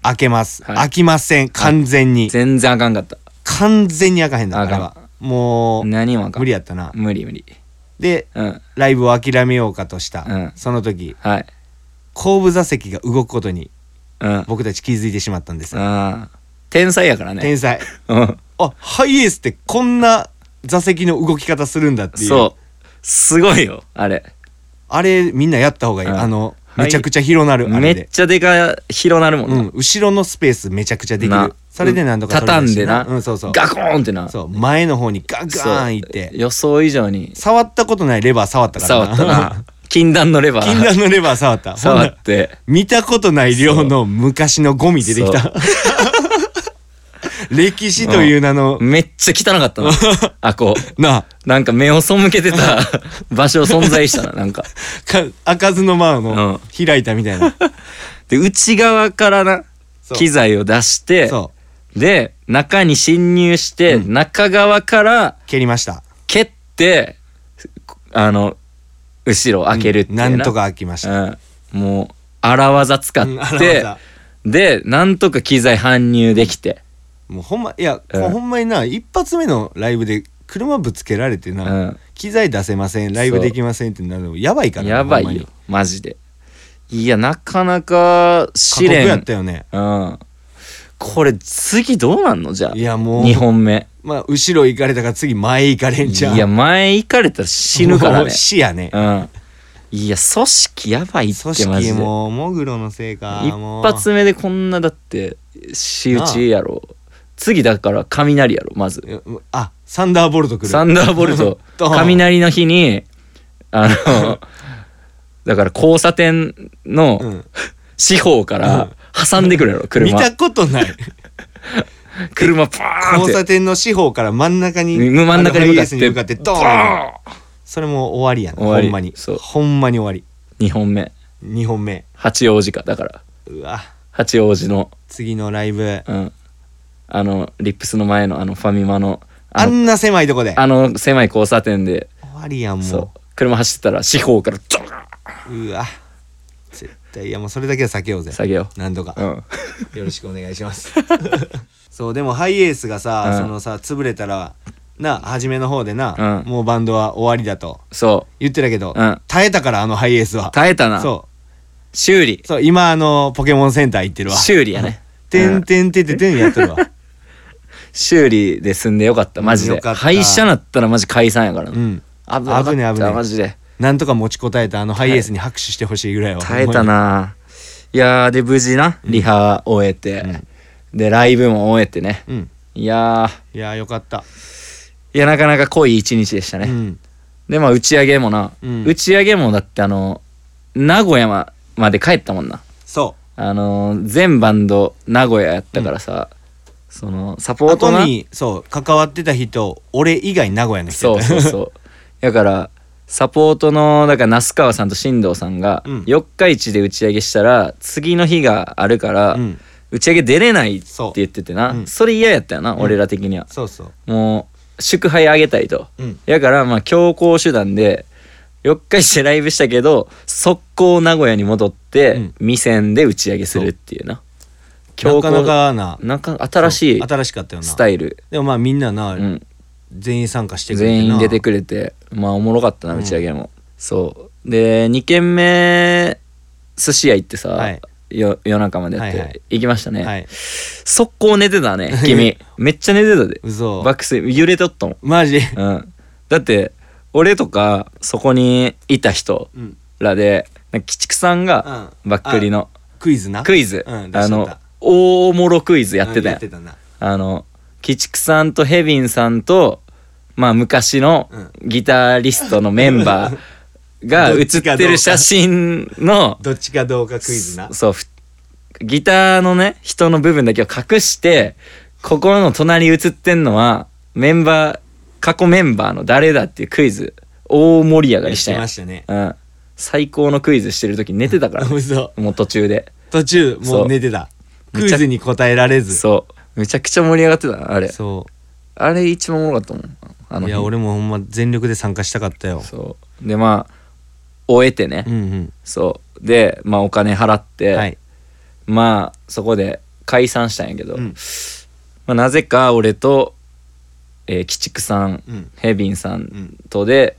Speaker 2: 開けます、
Speaker 1: はい
Speaker 2: 開きません完全に、
Speaker 1: 全然あかんかった
Speaker 2: 完全に開かへんだ
Speaker 1: あ
Speaker 2: か
Speaker 1: からん
Speaker 2: はもう
Speaker 1: 何もあかん
Speaker 2: 無理やったな
Speaker 1: 無理無理
Speaker 2: で
Speaker 1: うん
Speaker 2: ライブを諦めようかとした、
Speaker 1: うん
Speaker 2: その時
Speaker 1: はい
Speaker 2: 後部座席が動くことに
Speaker 1: うんあ
Speaker 2: 僕たち気づいてしまったんですよ
Speaker 1: あー天才やからね
Speaker 2: 天才
Speaker 1: うん
Speaker 2: あハイエースってこんな座席の動き方するんだっていう
Speaker 1: そうすごいよあれ
Speaker 2: あれみんなやった方がいい、
Speaker 1: うん
Speaker 2: あの
Speaker 1: はい
Speaker 2: めちゃくちゃ広なるあ
Speaker 1: め
Speaker 2: れ
Speaker 1: っ
Speaker 2: で、
Speaker 1: ちゃでか広なるもん
Speaker 2: う
Speaker 1: な、
Speaker 2: ん、後ろのスペースめちゃくちゃでき
Speaker 1: な
Speaker 2: るそれでなんとか取れた
Speaker 1: 畳ん
Speaker 2: し
Speaker 1: でな、
Speaker 2: うん、そうそう
Speaker 1: ガコーンってな
Speaker 2: そう前の方にガン
Speaker 1: そう
Speaker 2: ガンいって
Speaker 1: 予想以上に
Speaker 2: 触ったことないレバー触ったから
Speaker 1: 触ったな禁断のレバー
Speaker 2: 禁断のレバー触った
Speaker 1: 触
Speaker 2: ほんなら
Speaker 1: って
Speaker 2: 見たことない量の昔のゴミ出てきた 歴史という名の、
Speaker 1: めっちゃ汚かった なあこう
Speaker 2: なあ
Speaker 1: なんか目を背けて た場所存在したななんか
Speaker 2: か開かずの間
Speaker 1: うん
Speaker 2: の開いたみたいな、
Speaker 1: で内側からな
Speaker 2: そう
Speaker 1: 機材を出して
Speaker 2: そ
Speaker 1: で中に侵入して、
Speaker 2: うん
Speaker 1: 中側から
Speaker 2: う蹴りました
Speaker 1: 蹴ってあの後ろ開けるっていう
Speaker 2: なんとか開きました、
Speaker 1: うん、もう荒技使
Speaker 2: うん
Speaker 1: っ
Speaker 2: 荒
Speaker 1: て、
Speaker 2: 技
Speaker 1: でなんとか機材搬入できて
Speaker 2: もうほんまいや、
Speaker 1: うん
Speaker 2: ほんまにな一発目のライブで車ぶつけられてな、
Speaker 1: うん
Speaker 2: 機材出せませんライブできませんってなるのやばいからな
Speaker 1: やば
Speaker 2: ほんま
Speaker 1: い
Speaker 2: に
Speaker 1: よマジでいやなかなか
Speaker 2: 過
Speaker 1: 試
Speaker 2: 酷
Speaker 1: 練
Speaker 2: やったよね
Speaker 1: うんこれ次どうなんのじゃあ
Speaker 2: いやもう
Speaker 1: 2本目
Speaker 2: まあ後ろ行かれたから次前行かれん
Speaker 1: い
Speaker 2: じゃん
Speaker 1: や前行かれたら死ぬから
Speaker 2: もう
Speaker 1: ね
Speaker 2: 死やね、
Speaker 1: うんいや組織やばいってマ
Speaker 2: 組
Speaker 1: ジで
Speaker 2: 織
Speaker 1: 一
Speaker 2: もうモグロのせいかもう
Speaker 1: 発目でこんなだって仕打ちやろ次だから雷やろまず
Speaker 2: あサンダーボルト来る
Speaker 1: サンダーボルト
Speaker 2: ドーン
Speaker 1: 雷の日にあ のだから交差点
Speaker 2: う
Speaker 1: の
Speaker 2: ん
Speaker 1: 四方から挟んでくるやろ
Speaker 2: 見
Speaker 1: 車
Speaker 2: たこと ない
Speaker 1: 車パーンっ
Speaker 2: 交
Speaker 1: て
Speaker 2: 差点の四方から真ん中に
Speaker 1: 真ん中に向かって
Speaker 2: あの IS に向かってドーン
Speaker 1: バーン
Speaker 2: それもう終わりやな
Speaker 1: 終わり
Speaker 2: ほんまに
Speaker 1: そう
Speaker 2: ほんまに終わ
Speaker 1: 2本目
Speaker 2: り2本目
Speaker 1: 八王子かだから
Speaker 2: うわ
Speaker 1: 八王子の
Speaker 2: 次のライブ
Speaker 1: うんあのリップスの前のあのファミマのあ
Speaker 2: あ
Speaker 1: の
Speaker 2: んな狭いとこで
Speaker 1: あの狭い交差点で
Speaker 2: 終わりやん
Speaker 1: そう
Speaker 2: も
Speaker 1: 車走ってたら四方からドーン
Speaker 2: ううわ絶対いやもうそれだけは避けようぜ
Speaker 1: 下げよ
Speaker 2: 何とか
Speaker 1: う、うん、
Speaker 2: よろしくお願いします そうでもハイエースがさ、
Speaker 1: うん
Speaker 2: そのさ潰れたらな初めの方でな、
Speaker 1: うん
Speaker 2: もうバンドは終わりだと
Speaker 1: そ
Speaker 2: 言ってたけど、
Speaker 1: うん
Speaker 2: 耐えたからあのハイエースは
Speaker 1: う耐えたな
Speaker 2: そ
Speaker 1: 修理
Speaker 2: うそう今あのポケモンセンター行ってるわ
Speaker 1: 修理やね
Speaker 2: てんてんてんてんてんやってる わ
Speaker 1: 修理で済んでよかったマジ
Speaker 2: よ
Speaker 1: で
Speaker 2: かった
Speaker 1: 廃車なったらマジ解散やから
Speaker 2: う
Speaker 1: な、
Speaker 2: ん
Speaker 1: 危なかった
Speaker 2: 危ね危ね
Speaker 1: マジで
Speaker 2: なんとか持ちこたえたあのハイエースに拍手してほしいぐらいは
Speaker 1: 耐えたないやーで無事なリハ終えて、でライブも終えてね
Speaker 2: うん
Speaker 1: いや
Speaker 2: いやーよかった
Speaker 1: ーいやなかなか濃い一日でしたね、
Speaker 2: うん
Speaker 1: でまあ打ち上げもな、
Speaker 2: うん
Speaker 1: 打ち上げもだってあの名古屋ままで帰ったもんな
Speaker 2: そ
Speaker 1: あのー全バンド名古屋やったからさ、そのサポー
Speaker 2: う
Speaker 1: ト
Speaker 2: 後
Speaker 1: な
Speaker 2: にそう関わってた人俺以外名古屋の人
Speaker 1: そうそう そうだからサポートのだから那須川さんと進藤さんが
Speaker 2: うん
Speaker 1: 四日市で打ち上げしたら次の日があるから、
Speaker 2: うん
Speaker 1: 打ち上げ出れないって
Speaker 2: そう
Speaker 1: 言っててなそ,、
Speaker 2: うん
Speaker 1: れ嫌やったよな、俺ら的には
Speaker 2: そうそう
Speaker 1: もう祝杯あげたいと
Speaker 2: うん
Speaker 1: やからまあ強行手段で四日市でライブしたけど速攻名古屋に戻って、
Speaker 2: うん
Speaker 1: 未戦で打ち上げするっていうな強行
Speaker 2: なかなかな
Speaker 1: なんか新しい
Speaker 2: そう新しかったよな
Speaker 1: スタイル、
Speaker 2: でもまあみんなな、
Speaker 1: うん、
Speaker 2: 全員参加してくれてな
Speaker 1: 全員出てくれてまあおもろかったな
Speaker 2: うん
Speaker 1: 打ち上げも、そうで2軒目寿司屋行ってさ、
Speaker 2: はい
Speaker 1: よ夜中までやって、
Speaker 2: はいはい
Speaker 1: 行きましたね、
Speaker 2: はい
Speaker 1: 速攻寝てた ね君めっちゃ寝てたで
Speaker 2: 嘘
Speaker 1: バックス揺れとったもん、
Speaker 2: マジ
Speaker 1: うん、だって俺とかそこにいた人
Speaker 2: うん
Speaker 1: らでなんか鬼畜さんがバックリの
Speaker 2: クイズな
Speaker 1: クイズ、
Speaker 2: うん出し
Speaker 1: あ
Speaker 2: とっ
Speaker 1: の
Speaker 2: た
Speaker 1: 大もろクイズやってた
Speaker 2: うん
Speaker 1: や
Speaker 2: や
Speaker 1: ん
Speaker 2: ってたな
Speaker 1: あの鬼畜さんとヘビンさんとまあ昔のギタリストのメンバーが
Speaker 2: どっ
Speaker 1: 写
Speaker 2: ち
Speaker 1: っ
Speaker 2: かどうか
Speaker 1: てる写真の
Speaker 2: どっちかどうかクイズな
Speaker 1: そうふギターのね人の部分だけを隠してここの隣に写ってんのはメンバー過去メンバーの誰だっていうクイズ大盛り上がりした
Speaker 2: やっ
Speaker 1: や
Speaker 2: てま
Speaker 1: ん
Speaker 2: したね
Speaker 1: うん、最高のクイズしてる時寝てた から
Speaker 2: 嘘
Speaker 1: もう途中で
Speaker 2: 途中も
Speaker 1: そう
Speaker 2: う寝てた
Speaker 1: めち
Speaker 2: ク
Speaker 1: ゃ
Speaker 2: イズに答えられず
Speaker 1: そうめちゃくちゃ盛り上がってたなあれ
Speaker 2: そ
Speaker 1: あれ一番おもろかったもんあの
Speaker 2: うい
Speaker 1: 日
Speaker 2: や俺もほんま全力で参加したかったよ
Speaker 1: そうでまあ終えてね、
Speaker 2: うんうん
Speaker 1: そうでまあお金払って、
Speaker 2: はい
Speaker 1: まあそこで解散したんやけど、
Speaker 2: う
Speaker 1: ま
Speaker 2: ん
Speaker 1: あ、なぜか俺と、えー鬼畜さん、
Speaker 2: うん
Speaker 1: ヘビンさ
Speaker 2: うんん
Speaker 1: とで、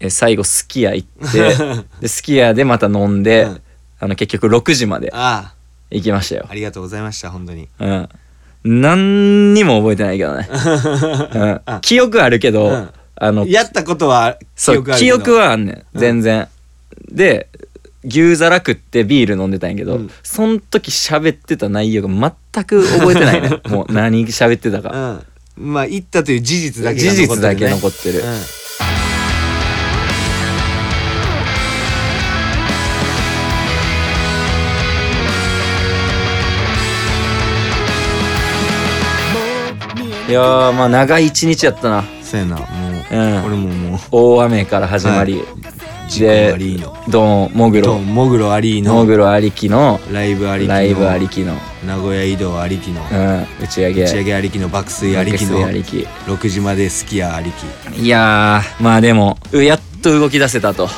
Speaker 1: えー最後すき家行って でスキヤでまた飲んで、
Speaker 2: うん
Speaker 1: あの結局6時まで
Speaker 2: あ
Speaker 1: 行きましたよ
Speaker 2: あありがとうございました本当に
Speaker 1: うん何にも覚えてないけ どね、うん、記憶あるけど、
Speaker 2: うん
Speaker 1: あの
Speaker 2: やったことは記
Speaker 1: そう
Speaker 2: 憶ある
Speaker 1: 記
Speaker 2: けど
Speaker 1: 憶はあんねん全然、で牛皿食ってビール飲んでたんやけど、
Speaker 2: うん
Speaker 1: そん時喋ってた内容が全く覚えてない ねもう何喋ってたか、
Speaker 2: うんまあ行ったという事実だけが
Speaker 1: 事
Speaker 2: 残っ
Speaker 1: 実
Speaker 2: てるね
Speaker 1: だけ残ってる、
Speaker 2: うん
Speaker 1: いやーまあ長い一日やったな
Speaker 2: そうやなもう、
Speaker 1: うん
Speaker 2: 俺ももう
Speaker 1: 大雨から始まり、
Speaker 2: は
Speaker 1: で
Speaker 2: アリーノ
Speaker 1: ドンモグ
Speaker 2: と
Speaker 1: ロ
Speaker 2: モグロあり
Speaker 1: モ
Speaker 2: の
Speaker 1: グロありきの
Speaker 2: ライブありきの
Speaker 1: ライブありきの、
Speaker 2: 名古屋移動ありきの、
Speaker 1: うん、打ち上げ
Speaker 2: 打ち上げありきの爆睡ありきの
Speaker 1: ありき
Speaker 2: 6時までスキヤありき
Speaker 1: いやーまあでもうやっと動き出せたと、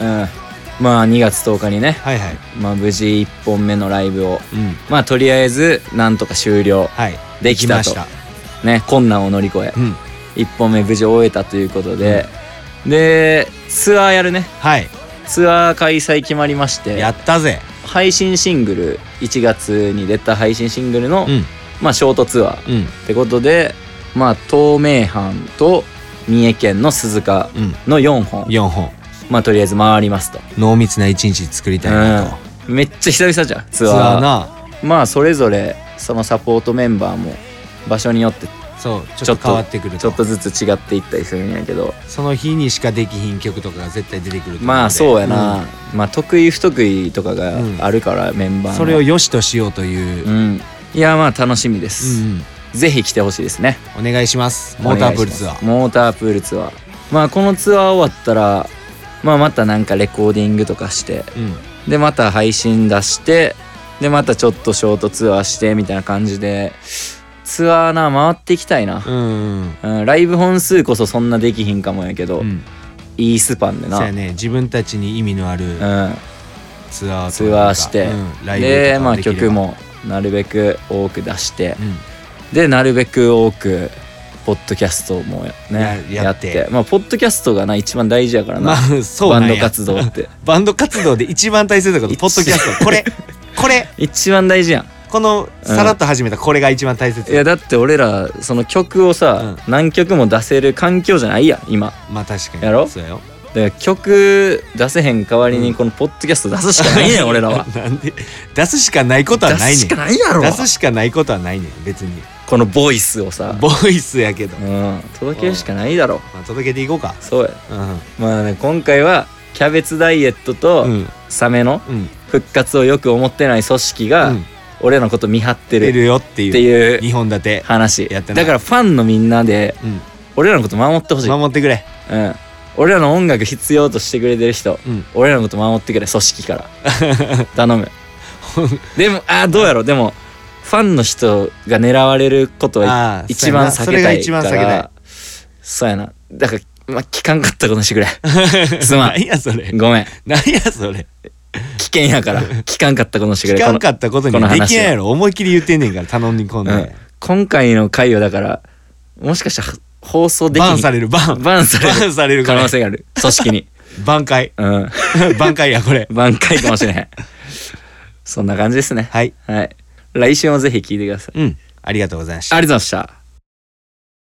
Speaker 1: うんまあ2月10日にね、
Speaker 2: はいはい
Speaker 1: まあ、無事1本目のライブを
Speaker 2: うん
Speaker 1: まあとりあえずなんとか終了
Speaker 2: はい
Speaker 1: できたと
Speaker 2: ました
Speaker 1: ね困難を乗り越え
Speaker 2: うん
Speaker 1: 1本目無事終えたということで、でツアーやるね
Speaker 2: はい
Speaker 1: ツアー開催決まりまして
Speaker 2: やったぜ
Speaker 1: 配信シングル1月に出た配信シングルの、
Speaker 2: うん
Speaker 1: まあ、ショートツアーっ
Speaker 2: うん
Speaker 1: てことで、まあ、東名阪と三重県の鈴鹿
Speaker 2: うん
Speaker 1: の4本、
Speaker 2: 4本
Speaker 1: まあ、とりあえず回りますと、
Speaker 2: 濃密な一日作りたいなと
Speaker 1: うんめっちゃ久々じゃんツ
Speaker 2: ツ
Speaker 1: ア
Speaker 2: ア
Speaker 1: ー
Speaker 2: ーな
Speaker 1: まあそれぞれそのサポートメンバーも場所によって
Speaker 2: そうち
Speaker 1: ち
Speaker 2: ょ
Speaker 1: ょ
Speaker 2: っ
Speaker 1: っ
Speaker 2: と
Speaker 1: と
Speaker 2: 変わってくる
Speaker 1: ちょ
Speaker 2: と
Speaker 1: っとずつ違っていったりするんやけど
Speaker 2: その日にしかできひん曲とかが絶対出てくると思んで
Speaker 1: まあそうやな、まあ得意不得意とかがあるから、メンバー
Speaker 2: うん
Speaker 1: の
Speaker 2: それを良しとしようというう、
Speaker 1: んいやまあ楽しみで
Speaker 2: う
Speaker 1: す、
Speaker 2: ん
Speaker 1: ぜひ来てほしいですね
Speaker 2: うんお願いしますモータープールツ
Speaker 1: お
Speaker 2: ア
Speaker 1: 願いします
Speaker 2: ー
Speaker 1: モータープールツアーまあこのツアー終わったらまあまたなんかレコーディングとかして
Speaker 2: うん
Speaker 1: でまた配信出してでまたちょっとショートツアーしてみたいな感じでツアーな回っていきたいな、
Speaker 2: うん
Speaker 1: うんライブ本数こそそんなできひんかもやけど、
Speaker 2: うん
Speaker 1: いいスパンでな
Speaker 2: そうやね自分たちに意味のある
Speaker 1: うん、
Speaker 2: ツアーとい
Speaker 1: ツ
Speaker 2: うか
Speaker 1: アーして、
Speaker 2: うんライブとか
Speaker 1: でまあ
Speaker 2: きれば
Speaker 1: 曲もなるべく多く出して
Speaker 2: う、ん
Speaker 1: でなるべく多くポッドキャストもね
Speaker 2: ややって
Speaker 1: まあポッドキャストがな一番大事やからな、
Speaker 2: まあそう
Speaker 1: バ
Speaker 2: なん
Speaker 1: ンド
Speaker 2: や
Speaker 1: 活動って
Speaker 2: バンド活動で一番大切なことポッドキャストこれこれ
Speaker 1: 一番大事やん
Speaker 2: このさらっと始めたこれが一番大切
Speaker 1: いやだって俺らその曲をさ、何曲も出せる環境じゃないやん今
Speaker 2: まあ確かに
Speaker 1: やろ
Speaker 2: そうやよ
Speaker 1: だから曲出せへん代わり
Speaker 2: うん
Speaker 1: にこのポッドキャスト出すしかない ねん俺らは
Speaker 2: なんで出すしかないことは
Speaker 1: 出
Speaker 2: ない
Speaker 1: す
Speaker 2: ね
Speaker 1: し
Speaker 2: ん
Speaker 1: かないやろ
Speaker 2: 出すしかないことはないねん別に
Speaker 1: このボイスをさ、
Speaker 2: ボイスやけど、
Speaker 1: うん、届けるしかないだろ
Speaker 2: まあ、届けていこうか
Speaker 1: そうや
Speaker 2: うん
Speaker 1: まあね今回はキャベツダイエット
Speaker 2: う
Speaker 1: と
Speaker 2: ん
Speaker 1: サメの
Speaker 2: うん
Speaker 1: 復活をよく思ってない組織
Speaker 2: う
Speaker 1: が
Speaker 2: ん
Speaker 1: 俺のこと見張って
Speaker 2: 出
Speaker 1: る
Speaker 2: るよって
Speaker 1: って
Speaker 2: いう
Speaker 1: いう
Speaker 2: 日本立て
Speaker 1: 話
Speaker 2: やっ
Speaker 1: だ
Speaker 2: てない
Speaker 1: からファンのみんなで
Speaker 2: うん
Speaker 1: 俺らのこと守ってほしい、うん、
Speaker 2: 守ってくれ
Speaker 1: 俺らの音楽必要としてくれてる人
Speaker 2: うん
Speaker 1: 俺らのこと守ってくれ組織 から頼むでもあーどうやろうでもファンの人が狙われることは
Speaker 2: あー
Speaker 1: 一番避
Speaker 2: そうやな
Speaker 1: けたいから
Speaker 2: それが一番避けたい
Speaker 1: そうやなだから、まあ、聞かんかったことにしてくれ すまん
Speaker 2: 何やそれ
Speaker 1: ごめん
Speaker 2: 何やそれ
Speaker 1: 危険やから聞かんかったことにしてく
Speaker 2: 聞
Speaker 1: れ
Speaker 2: かんかったことに
Speaker 1: この
Speaker 2: はで
Speaker 1: 話は
Speaker 2: きないやろ思いっきり言ってんねんから頼んにこん
Speaker 1: この
Speaker 2: ね
Speaker 1: うん今回の回はだからもしかしたら放送でき
Speaker 2: バ
Speaker 1: な
Speaker 2: ンさ
Speaker 1: い
Speaker 2: れるバン
Speaker 1: バンされる
Speaker 2: バンされる
Speaker 1: 可能性があ る組織に
Speaker 2: 挽 回
Speaker 1: うん
Speaker 2: 挽回やこれ
Speaker 1: 挽回かもしれへんそんな感じですね
Speaker 2: はい
Speaker 1: はい来週もぜひ聞いてください
Speaker 2: うんありがとうございました
Speaker 1: ありがとうございました